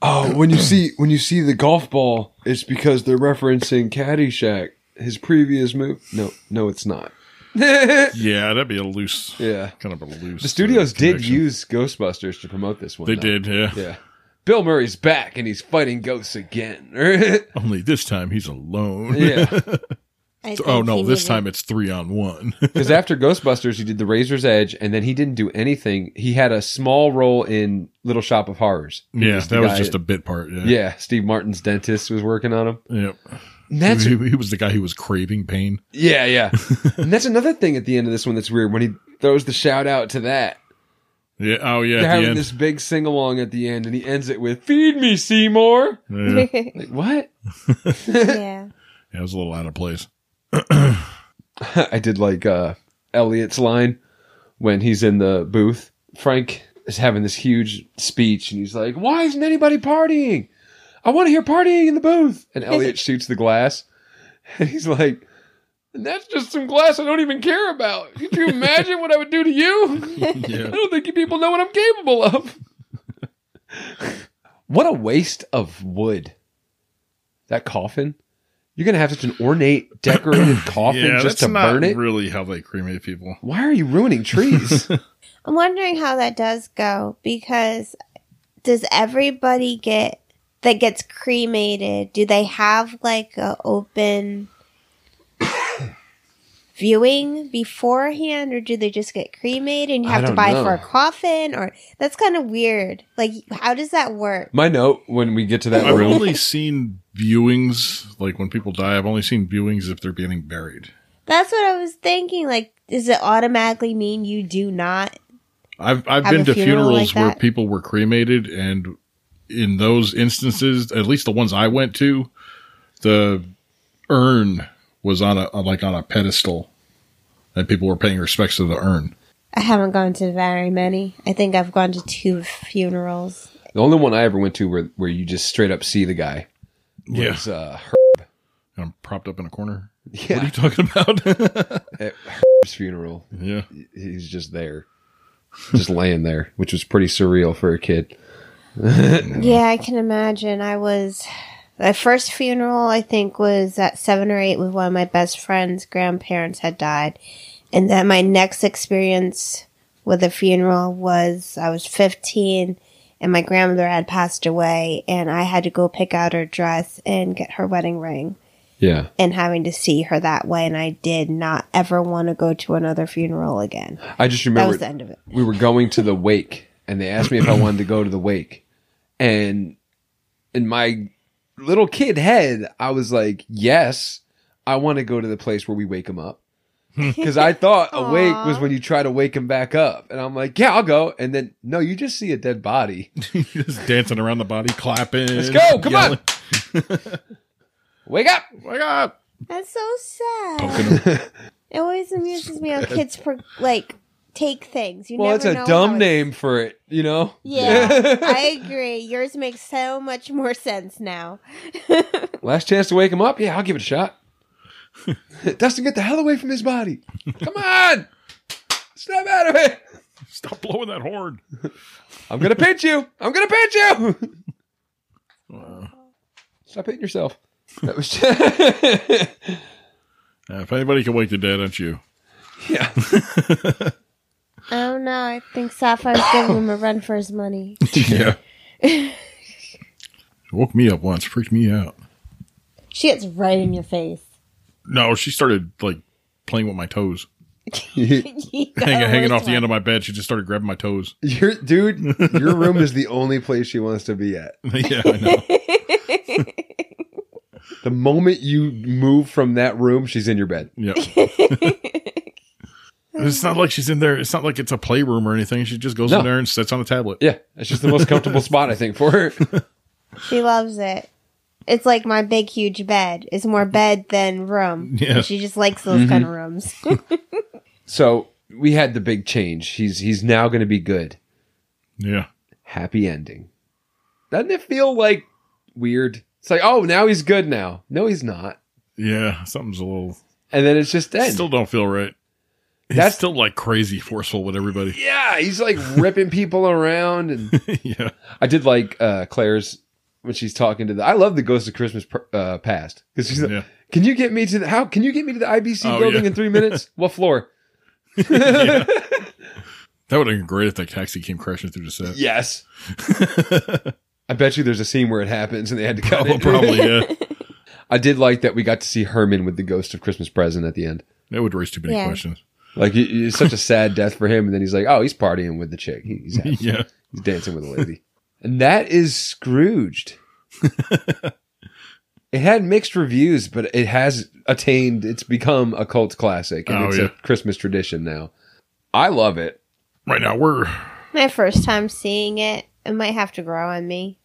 "Oh, when you see when you see the golf ball, it's because they're referencing Caddyshack, his previous move." No, no, it's not. yeah, Yeah, that'd be a loose kind of a loose. the studios uh, did connection. use Ghostbusters to promote this one. They though. did, yeah. Yeah, Bill Murray's back and he's fighting ghosts again. [laughs] [laughs] Only this time he's alone. yeah, I oh think no, he this needed- time it's three on one. [laughs] Because after Ghostbusters, he did The Razor's Edge, and then he didn't do anything. He had a small role in Little Shop of Horrors. He yeah, the that was guy- just a bit part. Yeah. yeah. Steve Martin's dentist was working on him. Yep. And that's he, he was the guy who was craving pain. yeah, [laughs] yeah. and that's another thing at the end of this one that's weird when he throws the shout out to that. Yeah. Oh They're yeah. At the having end. this big sing along at the end, and he ends it with "Feed me, Seymour." yeah. Like what? [laughs] [laughs] yeah. Yeah, it was a little out of place. I did like uh, Elliot's line when he's in the booth. Frank is having this huge speech, and he's like, "Why isn't anybody partying? I want to hear partying in the booth." And Elliot shoots the glass, [laughs] and he's like, "That's just some glass I don't even care about. Could [laughs] you imagine what I would do to you? I [laughs] Yeah. don't think you people know what I'm capable of." [laughs] what a waste of wood! That coffin. You're gonna have such an ornate, [clears throat] decorated coffin yeah, just that's to not burn it. really how they cremate people. Why are you ruining trees? [laughs] I'm wondering how that does go because does everybody get that gets cremated? Do they have like a open [coughs] viewing beforehand or do they just get cremated and you I have to don't buy know. for a coffin or that's kind of weird. Like how does that work? My note when we get to that I've room. only seen viewings, like when people die, I've only seen viewings if they're getting buried. That's what I was thinking. Like does it automatically mean you do not? I've I've Have been a to funeral funerals like where that? people were cremated, and in those instances, at least the ones I went to, the urn was on a on, like on a pedestal, and people were paying respects to the urn. I haven't gone to very many. I think I've gone to two funerals. The only one I ever went to where where you just straight up see the guy was uh, Her- and I'm propped up in a corner. What are [laughs] yeah, you talking about? [laughs] at Herb's funeral. yeah, [laughs] He's just there, just laying there, which was pretty surreal for a kid. Yeah, I can imagine. I was my first funeral. I think was at seven or eight with one of my best friends' grandparents had died, and then my next experience with a funeral was I was fifteen, and my grandmother had passed away, and I had to go pick out her dress and get her wedding ring, Yeah, and having to see her that way, and I did not ever want to go to another funeral again. I just That remember was the end of it. we were going to the wake, and they asked me if I wanted to go to the wake, and in my little kid head, I was like, yes, I want to go to the place where we wake him up. Because I thought a wake was when you try to wake him back up, and I'm like, yeah, I'll go. And then no, you just see a dead body. just dancing around the body, clapping. Let's go, come on. Wake up! [laughs] Wake up! That's so sad. "Oh Poking 'em. It always amuses me how kids pro- like take things. You Well, never it's a know how dumb it- name for it, you know. Yeah, I agree. Yours makes so much more sense now. Last chance to wake him up. Yeah, I'll give it a shot. Dustin, get the hell away from his body! Come on, step out of it! Stop blowing that horn. I'm gonna pinch you. I'm gonna pinch you. Stop hitting yourself. That was Uh, if anybody can wake the dead, aren't you? yeah. I don't know. I think Sapphire's giving him a run for his money. [laughs] yeah. woke me up once, freaked me out. She gets right in your face. [laughs] No, she started like playing with my toes, You got hanging, a hanging worse off the one. end of my bed. She just started grabbing my toes. [laughs] Your dude, your room is the only place she wants to be at. [laughs] yeah, I know. The moment you move from that room, she's in your bed. Yeah. it's not like she's in there. It's not like it's a playroom or anything. She just goes No. in there and sits on a tablet. Yeah, that's just the most comfortable spot I think for her. She loves it. It's like my big, huge bed. It's more bed than room. Yeah. Mm-hmm. She just likes those kind of rooms. [laughs] So we had the big change. He's he's now going to be good. Yeah. Happy ending. Doesn't it feel like weird? It's like, oh, now he's good now. No, he's not. Yeah. Something's a little. And then it's just end. Still don't feel right. He's That's- still like crazy forceful with everybody. [laughs] yeah, he's like ripping people around and yeah. I did like uh, Claire's when she's talking to the. I love the Ghost of Christmas pr- uh, Past because she's like, Yeah. "Can you get me to the how? Can you get me to the IBC Oh, building yeah. in three [laughs] minutes? what floor? That would have been great if that taxi came crashing through the [laughs] set. [laughs] Yes. I bet you there's a scene where it happens and they had to cut Oh, it. Probably, probably yeah. [laughs] I did like that we got to see Herman with the ghost of Christmas present at the end. That would raise too many Yeah. questions. [laughs] Like it- it's such a sad death for him, and then he's like, "Oh, he's partying with the chick. He- [laughs] He's happy. Yeah. he's dancing with a lady," and that is [laughs] Scrooged. it had mixed reviews, but it has attained. It's become a cult classic, and Oh, it's yeah. a Christmas tradition now. I love it. Right now we're My first time seeing it, it might have to grow on me.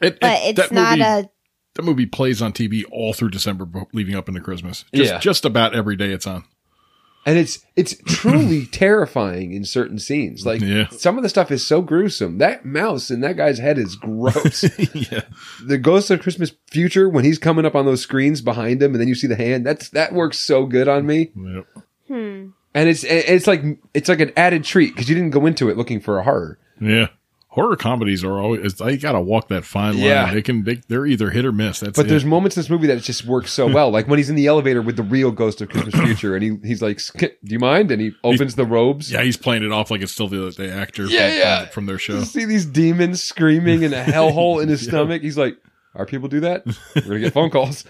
it, it- But it's that not movie, a that movie plays on TV all through December, bo- leading up into Christmas. Just, Yeah. just about every day it's on. And it's it's truly [laughs] terrifying in certain scenes. Like Yeah. some of the stuff is so gruesome. That mouse in that guy's head is gross. [laughs] yeah, the Ghost of Christmas Future when he's coming up on those screens behind him, and then you see the hand. That's that works so good on me, Yep. hmm. and it's and it's like it's like an added treat because you didn't go into it looking for a horror. yeah. Horror comedies are always. They gotta walk that fine line. Yeah. They can. They, they're either hit or miss. That's But it. there's moments in this movie that just works so well, like when he's in the elevator with the real Ghost of [coughs] Christmas Future, and he he's like, "Sk- "Do you mind?" And he opens the robes. Yeah, he's playing it off like it's still the, the actor Yeah, from, yeah. From, from their show. You see these demons screaming in a hellhole [laughs] in his stomach. He's like, "Our people do that? We're gonna get phone calls."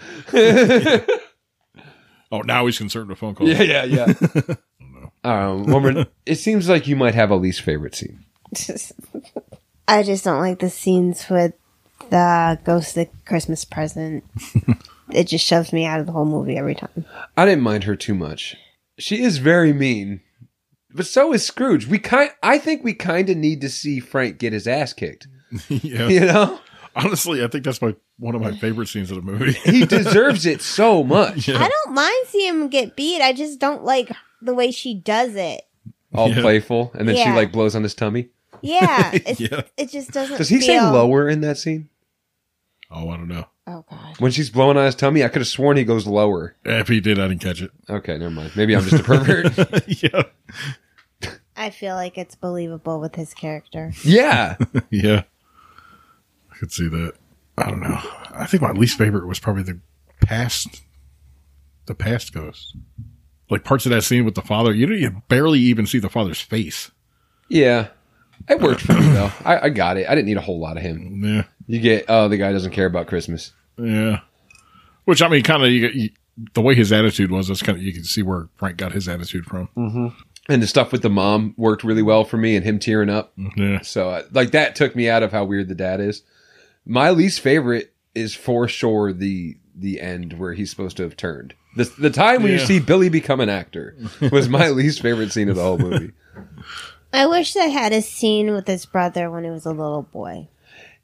Oh, now he's concerned with phone [laughs] calls. yeah, yeah, yeah. [laughs] Um, Wilmer, it seems like you might have a least favorite scene. I just don't like the scenes with the ghost of the Christmas [laughs] present. it just shoves me out of the whole movie every time. I didn't mind her too much. She is very mean, but so is Scrooge. We kind I think we kind of need to see Frank get his ass kicked. [laughs] Yeah. You know, Honestly, I think that's my one of my favorite scenes of the [laughs] movie. [laughs] he deserves it so much. I don't mind seeing him get beat. I just don't like the way she does it. All Yeah. playful, and then she Yeah. like blows on his tummy. [laughs] Yeah, it's, Yeah. it just doesn't. Does he say feel- lower in that scene Oh, I don't know. Oh god. when she's blowing on his tummy? I could have sworn he goes lower. If he did, I didn't catch it. Okay, never mind. Maybe I'm just a [laughs] pervert. yeah. I feel like it's believable with his character. yeah, Yeah. I could see that. I don't know. I think my least favorite was probably the past the past ghost. Like parts of that scene with the father, you don't you barely even see the father's face. yeah. It worked for me though. I, I got it. I didn't need a whole lot of him. Yeah. You get oh, the guy doesn't care about Christmas. Yeah. Which I mean kind of you, you, the way his attitude was, that's kind of you can see where Frank got his attitude from. And the stuff with the mom worked really well for me, and him tearing up. Mm-hmm. Yeah. So uh, like that took me out of how weird the dad is. My least favorite is for sure the the end where he's supposed to have turned. The the time when you Yeah. see Billy become an actor was my [laughs] least favorite scene of the whole movie. I wish they had a scene with his brother when he was a little boy.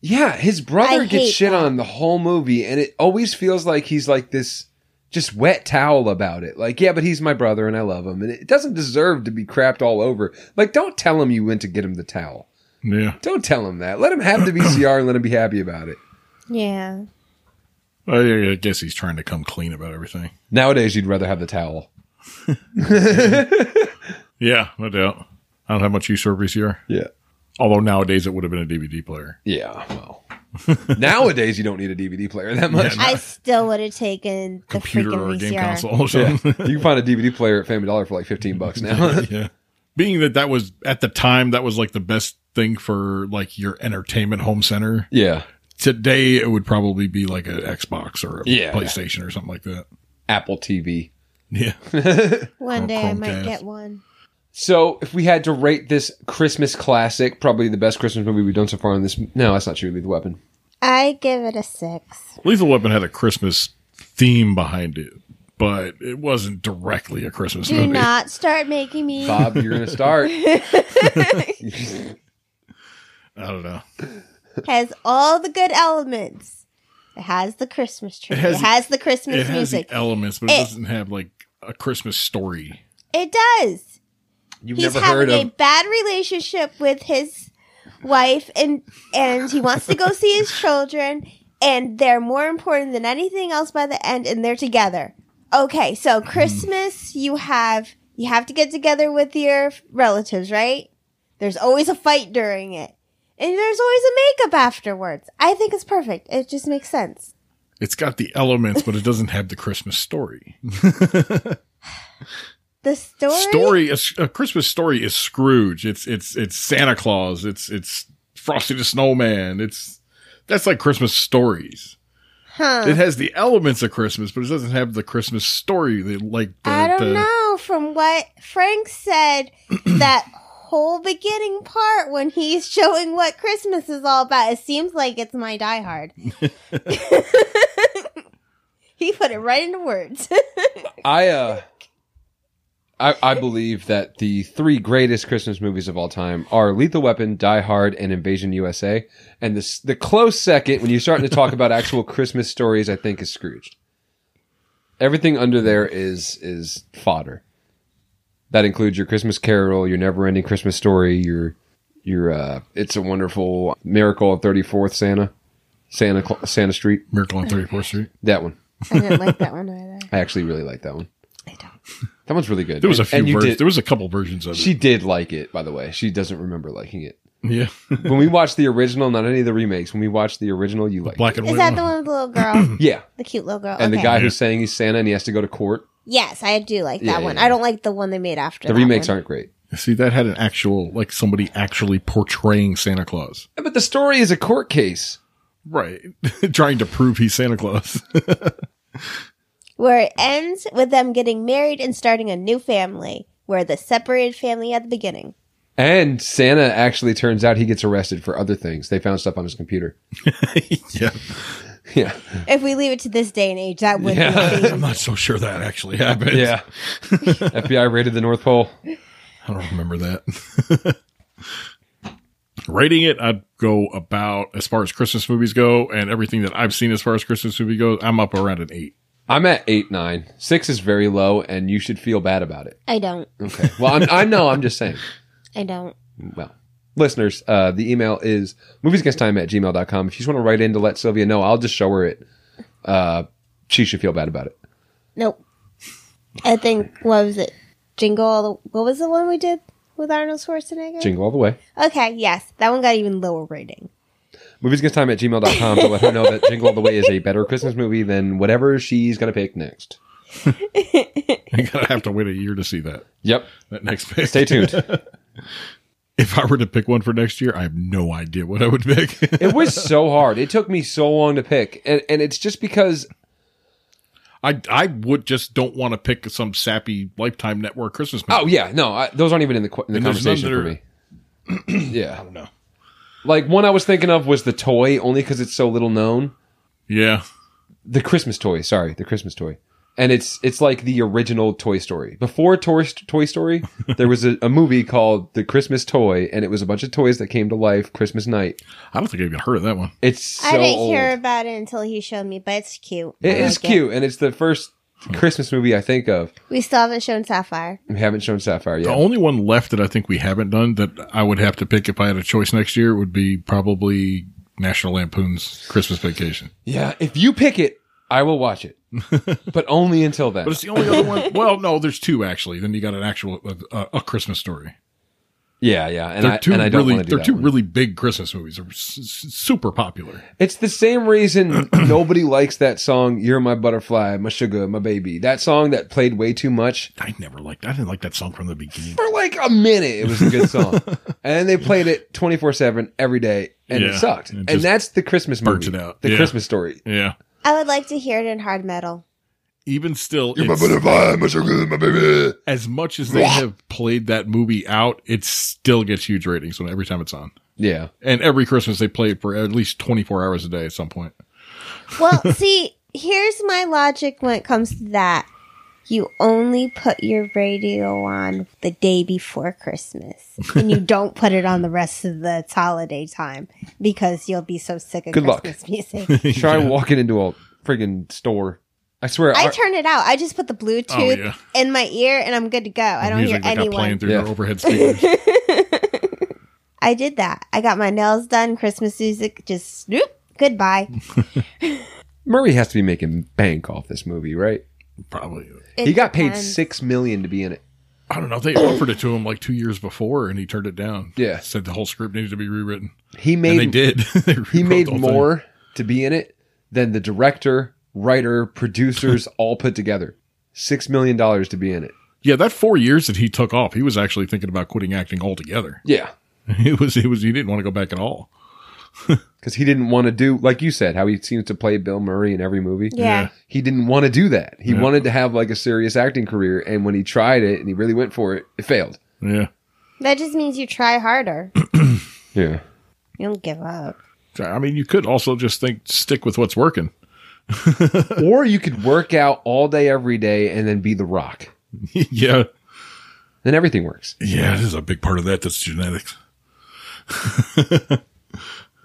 Yeah, his brother I gets hate shit that. on the whole movie and it always feels like he's like this just wet towel about it. Like, yeah, but he's my brother and I love him and it doesn't deserve to be crapped all over. Like, don't tell him you went to get him the towel. Yeah. Don't tell him that. Let him have the VCR and let him be happy about it. Yeah. Oh, I, I guess he's trying to come clean about everything. Nowadays you'd rather have the towel. Yeah, no doubt. I don't have much use for a VCR. Yeah. Although nowadays it would have been a DVD player. Yeah. Well, [laughs] nowadays you don't need a DVD player that much. I still would have taken the Computer freaking E or a game VCR. console or something. you can find a DVD player at Family Dollar for like 15 bucks now. [laughs] [laughs] yeah. Being that that was at the time, that was like the best thing for like your entertainment home center. yeah. Today it would probably be like an Xbox or a Yeah. PlayStation or something like that. Apple TV. Yeah. One Or day I might Oh, Chromecast. get one. So if we had to rate this Christmas classic, probably the best Christmas movie we've done so far on this. No, that's not true. Leave the weapon. I give it a six. Lethal Weapon had a Christmas theme behind it, but it wasn't directly a Christmas Do movie. not start making me. Bob, you're going to [laughs] start. I don't know. Has all the good elements. It has the Christmas tree. It has- has, the Christmas It has music. Eh. the elements, but it, It- doesn't have like a Christmas story. it does. You've he's never having heard a of. bad relationship with his wife and and he wants to go see [laughs] his children and they're more important than anything else by the end and they're together okay so Hmm. christmas you have you have to get together with your relatives right there's always a fight during it and there's always a makeup afterwards i think it's perfect it just makes sense It's got the elements, but it doesn't have the Christmas story. the story Story, a, s- a Christmas story is Scrooge. It's it's it's Santa Claus. It's it's Frosty the Snowman. It's that's like Christmas stories. Uh. It has the elements of Christmas, but it doesn't have the Christmas story. That, like the, I don't the- uh, know. From what [clears throat] Frank said, that whole beginning part when he's showing what Christmas is all about, it seems like it's my Die Hard. [laughs] [laughs] he put it right into words. [laughs] I uh I, I believe that the three greatest Christmas movies of all time are Lethal Weapon, Die Hard, and Invasion USA. And this, the close second, when you're starting to talk about actual Christmas stories, I think is Scrooged. Everything under there is is fodder. That includes your Christmas Carol, your Never-Ending Christmas Story, your your uh, It's a Wonderful Miracle on 34th Santa, Santa Cla- Santa Street. Miracle on 34th Street. That one, I didn't like that one either. I actually really like that one. I don't. That one's really good. There was a And- and few you versions. did- There was a couple versions of it. She did like it, by the way. She doesn't remember liking it. yeah, When we watched the original, not any of the remakes, when we watched the original, you liked black and Is white. that one. the one with [clears throat] the little girl? it. Yeah. the cute little girl. And the Okay. guy who's saying he's Santa and he has to go to court. Yes, I do like that Yeah, yeah, one. yeah. I don't like the one they made after. The that remakes one. aren't great. See, that had an actual like somebody actually portraying Santa Claus, But the story is a court case. right? [laughs] Trying to prove he's Santa Claus. [laughs] where it ends with them getting married and starting a new family, where the separated family at the beginning. And Santa actually turns out he gets arrested for other things. They found stuff on his computer. [laughs] yeah, Yeah. If we leave it to this day and age, that [laughs] would be I'm amazing. not so sure that actually happened. FBI raided the North Pole. I don't remember that. [laughs] Rating it, I'd go about as far as Christmas movies go, and everything that I've seen as far as Christmas movie goes, I'm up around an eight. [laughs] I'm at eight, nine. Six is very low, and you should feel bad about it. I don't. Okay. Well, I'm, I know. I'm just saying. I don't. well, listeners, uh, the email is moviesagainsttime at gmail.com. If you just want to write in to let Sylvia know, I'll just show her it. Uh, she should feel bad about it. Nope. I think what was it? Jingle. All the, what was the one we did with Arnold Schwarzenegger? Jingle all the way. Okay. Yes, that one got even lower rating. Moviesagainsttime at gmail.com to let her know that Jingle All the Way is a better Christmas movie than whatever she's going to pick next. I'm gonna have to wait a year to see that. Yep. That next pick. Stay tuned. [laughs] If I were to pick one for next year, I have no idea what I would pick. [laughs] [laughs] It was so hard. It took me so long to pick. And, and it's just because I I would just don't want to pick some sappy Lifetime Network Christmas movie. Oh yeah, no, I, those aren't even in the, qu- in the And there's none conversation for me. [clears throat] yeah, don't know. like one I was thinking of was the toy, only because it's so little known. Yeah, the Christmas toy. Sorry, the Christmas toy. And it's it's like the original Toy Story. Before Toy, toy [laughs] Story, there was a, a movie called The Christmas Toy, and it was a bunch of toys that came to life Christmas night. I don't think I even heard of that one. It's so I didn't old. hear about it until he showed me, but it's cute. It I is like cute, and it's the first Christmas movie I think of. We still haven't shown Sapphire. We haven't shown Sapphire The yet. only one left that I think we haven't done that I would have to pick if I had a choice next year would be probably National Lampoon's Christmas Vacation. Yeah, if you pick it, I will watch [laughs] it, but only until then. But it's the only other one. [laughs] Well, no, there's two actually. Then you got an actual uh, a Christmas story. yeah, yeah, and They're I two and I don't really want to do they're that two one. really big Christmas movies. They're s- s- super popular. It's the same [clears throat] reason nobody likes that song. You're my butterfly, my sugar, my baby. That song that played way too much. I never liked. I didn't like that song from the beginning. for like a minute it was a good [laughs] song and they played it 24-7 every day and it Yeah. sucked It and just that's the christmas burnt movie it out. the Yeah. christmas story Yeah. I would like to hear it in hard metal. Even still, You're my it's- butterfly, my sugar, my baby. as much as they have played that movie out, it still gets huge ratings when every time it's on. [laughs] yeah And every Christmas they play it for at least 24 hours a day at some point. [laughs] Well, see, here's my logic when it comes to that. You only put your radio on the day before Christmas, [laughs] and you don't put it on the rest of the holiday time because you'll be so sick of Good luck. Christmas [laughs] music. try walking into a friggin' store i swear I our- turn it out. I just put the Bluetooth Oh, yeah. in my ear, and I'm good to go. I don't hear they got anyone. playing through Yeah. their [laughs] overhead speakers. I did that. I got my nails done. Christmas music, just snoop. Goodbye. murray has to be making bank off this movie right Probably. [laughs] It he got paid depends. six million to be in it I don't know. They offered it to him like two years before and he turned it down. Yeah. Said the whole script needed to be rewritten. he and they made did. [laughs] They he rewrote made the whole thing. more to be in it than the director writer [laughs] producers all put together six million dollars to be in it Yeah, that four years that he took off, he was actually thinking about quitting acting altogether. [laughs] yeah It was, it was, he didn't want to go back at all. because he didn't want to do like you said how he seems to play Bill Murray in every movie. Yeah. he didn't want to do that. He Yeah. wanted to have like a serious acting career, and when he tried it and he really went for it, it failed. Yeah. That just means you try harder. Yeah, You don't give up. I mean, you could also just think stick with what's working. [laughs] [laughs] or you could work out all day every day and then be the Rock. yeah. Then everything works. Yeah, this is a big part of that. That's genetics.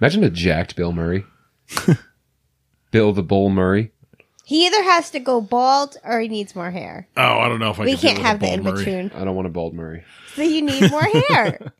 Imagine a jacked Bill [laughs] Murray, Bill the Bull Murray. He either has to go bald or he needs more hair. Oh, I don't know if I we could deal can't with a have the bald in Murray. between. I don't want a bald Murray. So you need more [laughs] hair.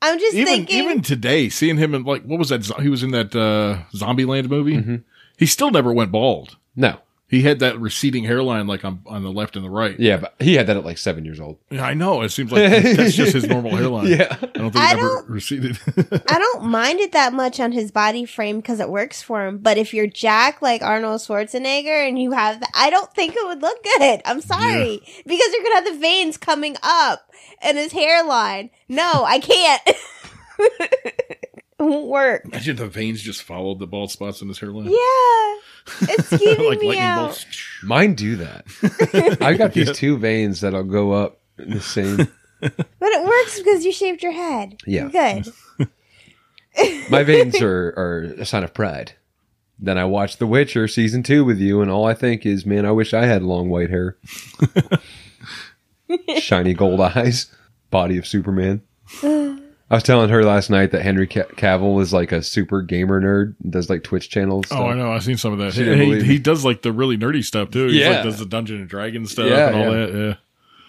I'm just Even thinking. even today, seeing him in like what was that? zo- He was in that uh, Zombieland movie. He still never went bald. Mm-hmm. No, He had that receding hairline, like on on the left and the right. yeah, but he had that at like seven years old. Yeah, I know. It seems [laughs] like that's just his normal [laughs] [laughs] hairline. Yeah. I don't think I it ever don't- receded. [laughs] I don't mind it that much on his body frame because it works for him. But if you're Jack like Arnold Schwarzenegger and you have, the, I don't think it would look good. I'm sorry because you're gonna have the veins coming up and his hairline. No, I can't. [laughs] it won't [laughs] work. Imagine the veins just followed the bald spots in his hairline. [laughs] Yeah, it's keeping like me lightning out. bolts. [laughs] Mine do that. I've [laughs] got these two veins that'll go up in the same. But it works because you shaved your head. Yeah. You're good. My veins are, are a sign of pride. Then I watched The Witcher season two with you, and all I think is, man, I wish I had long white hair, shiny gold eyes, body of Superman. I was telling her last night that Henry Ca- Cavill is like a super gamer nerd, and does like Twitch channels. Oh, I know. I've seen some of that. She didn't He, believe he me. does like the really nerdy stuff too. He Yeah. like, does the Dungeon and Dragon stuff Yeah, and all yeah. that. Yeah.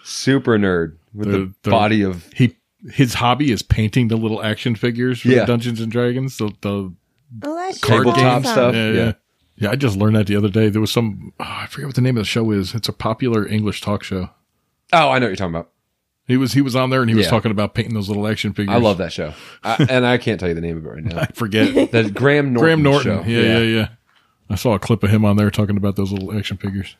super nerd with They're- the they're- body of He his hobby is painting the little action figures for the Yeah. Dungeons and Dragons. The, the Oh, that's tabletop awesome. stuff. yeah, yeah. yeah. Yeah, I just learned that the other day. There was some oh, I forget what the name of the show is. It's a popular English talk show. Oh, I know what you're talking about. He was he was on there and he was Yeah. talking about painting those little action figures. I love that show, I, and I can't tell you the name of it right now. [laughs] I forget. The Graham Norton. Graham Norton. Show. Yeah, yeah, yeah, I saw a clip of him on there talking about those little action figures.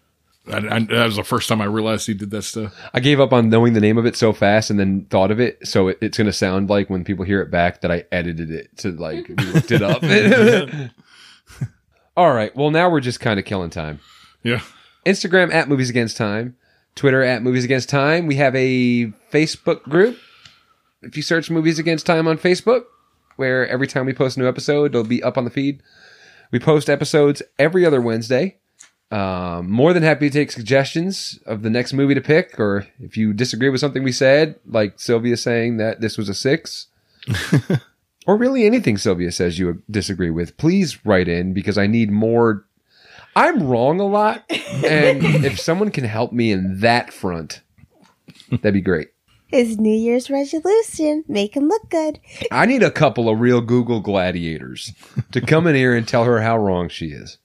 I, I, that was the first time I realized he did that stuff. I gave up on knowing the name of it so fast and then thought of it. So it, it's going to sound like when people hear it back that I edited it to like we looked it up. [laughs] All right. Well, now we're just kind of killing time. Yeah. Instagram at Movies Against Time, Twitter at Movies Against Time. We have a Facebook group. If you search Movies Against Time on Facebook, where every time we post a new episode, it'll be up on the feed. We post episodes every other Wednesday. Um, more than happy to take suggestions of the next movie to pick, or if you disagree with something we said, like Sylvia saying that this was a six, or really anything Sylvia says you disagree with, please write in because I need more I'm wrong a lot, [laughs] and if someone can help me in that front, that'd be great. His New Year's resolution make him look good. I need a couple of real Google gladiators to come in here and tell her how wrong she is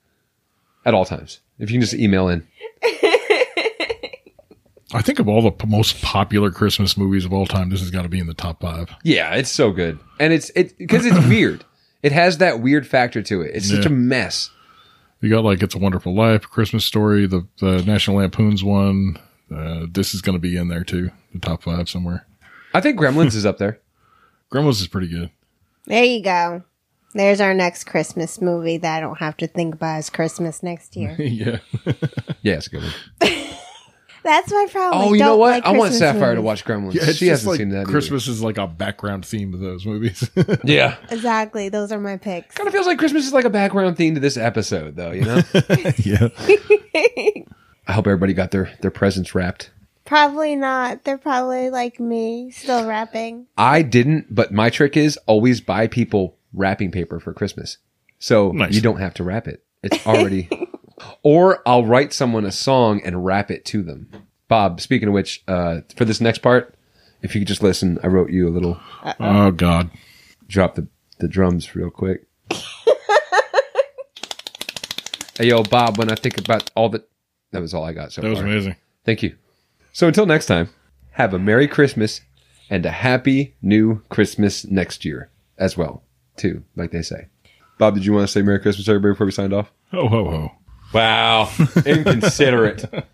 at all times. If you can just email in, I think of all the p- most popular Christmas movies of all time, this has got to be in the top five. yeah, it's so good, and it's it because [laughs] it's weird. It has that weird factor to it. It's such Yeah. a mess. You got like "It's a Wonderful Life," "Christmas Story," the, the National Lampoon's one. Uh, this is going to be in there too, the top five somewhere. I think Gremlins is up there. Gremlins is pretty good. There you go. There's our next Christmas movie that I don't have to think about as Christmas [laughs] next year. [laughs] yeah, Yeah, it's a good one. That's my problem. I Oh, you don't know what? like I want Christmas Sapphire to movies. watch Gremlins. yeah. It's she just hasn't like seen that. Christmas. Christmas is like a background theme of those movies. [laughs] Yeah, Exactly. Those are my picks. kind of feels like Christmas is like a background theme to this episode, though. You know. yeah, I hope everybody got their their presents wrapped. Probably not. They're probably like me, still rapping. I didn't, but my trick is always buy people wrapping paper for Christmas. So Nice. you don't have to wrap it. It's already [laughs] or I'll write someone a song and wrap it to them. Bob, speaking of which, uh, for this next part, if you could just listen, I wrote you a little Oh God, drop the, the drums real quick. hey yo, Bob, when I think about all the that was all I got so that was far. amazing. Thank you. So until next time, have a Merry Christmas and a Happy New Christmas next year as well, too, like they say. Bob, did you want to say Merry Christmas, everybody, before we signed off? Oh ho ho. Wow. Inconsiderate.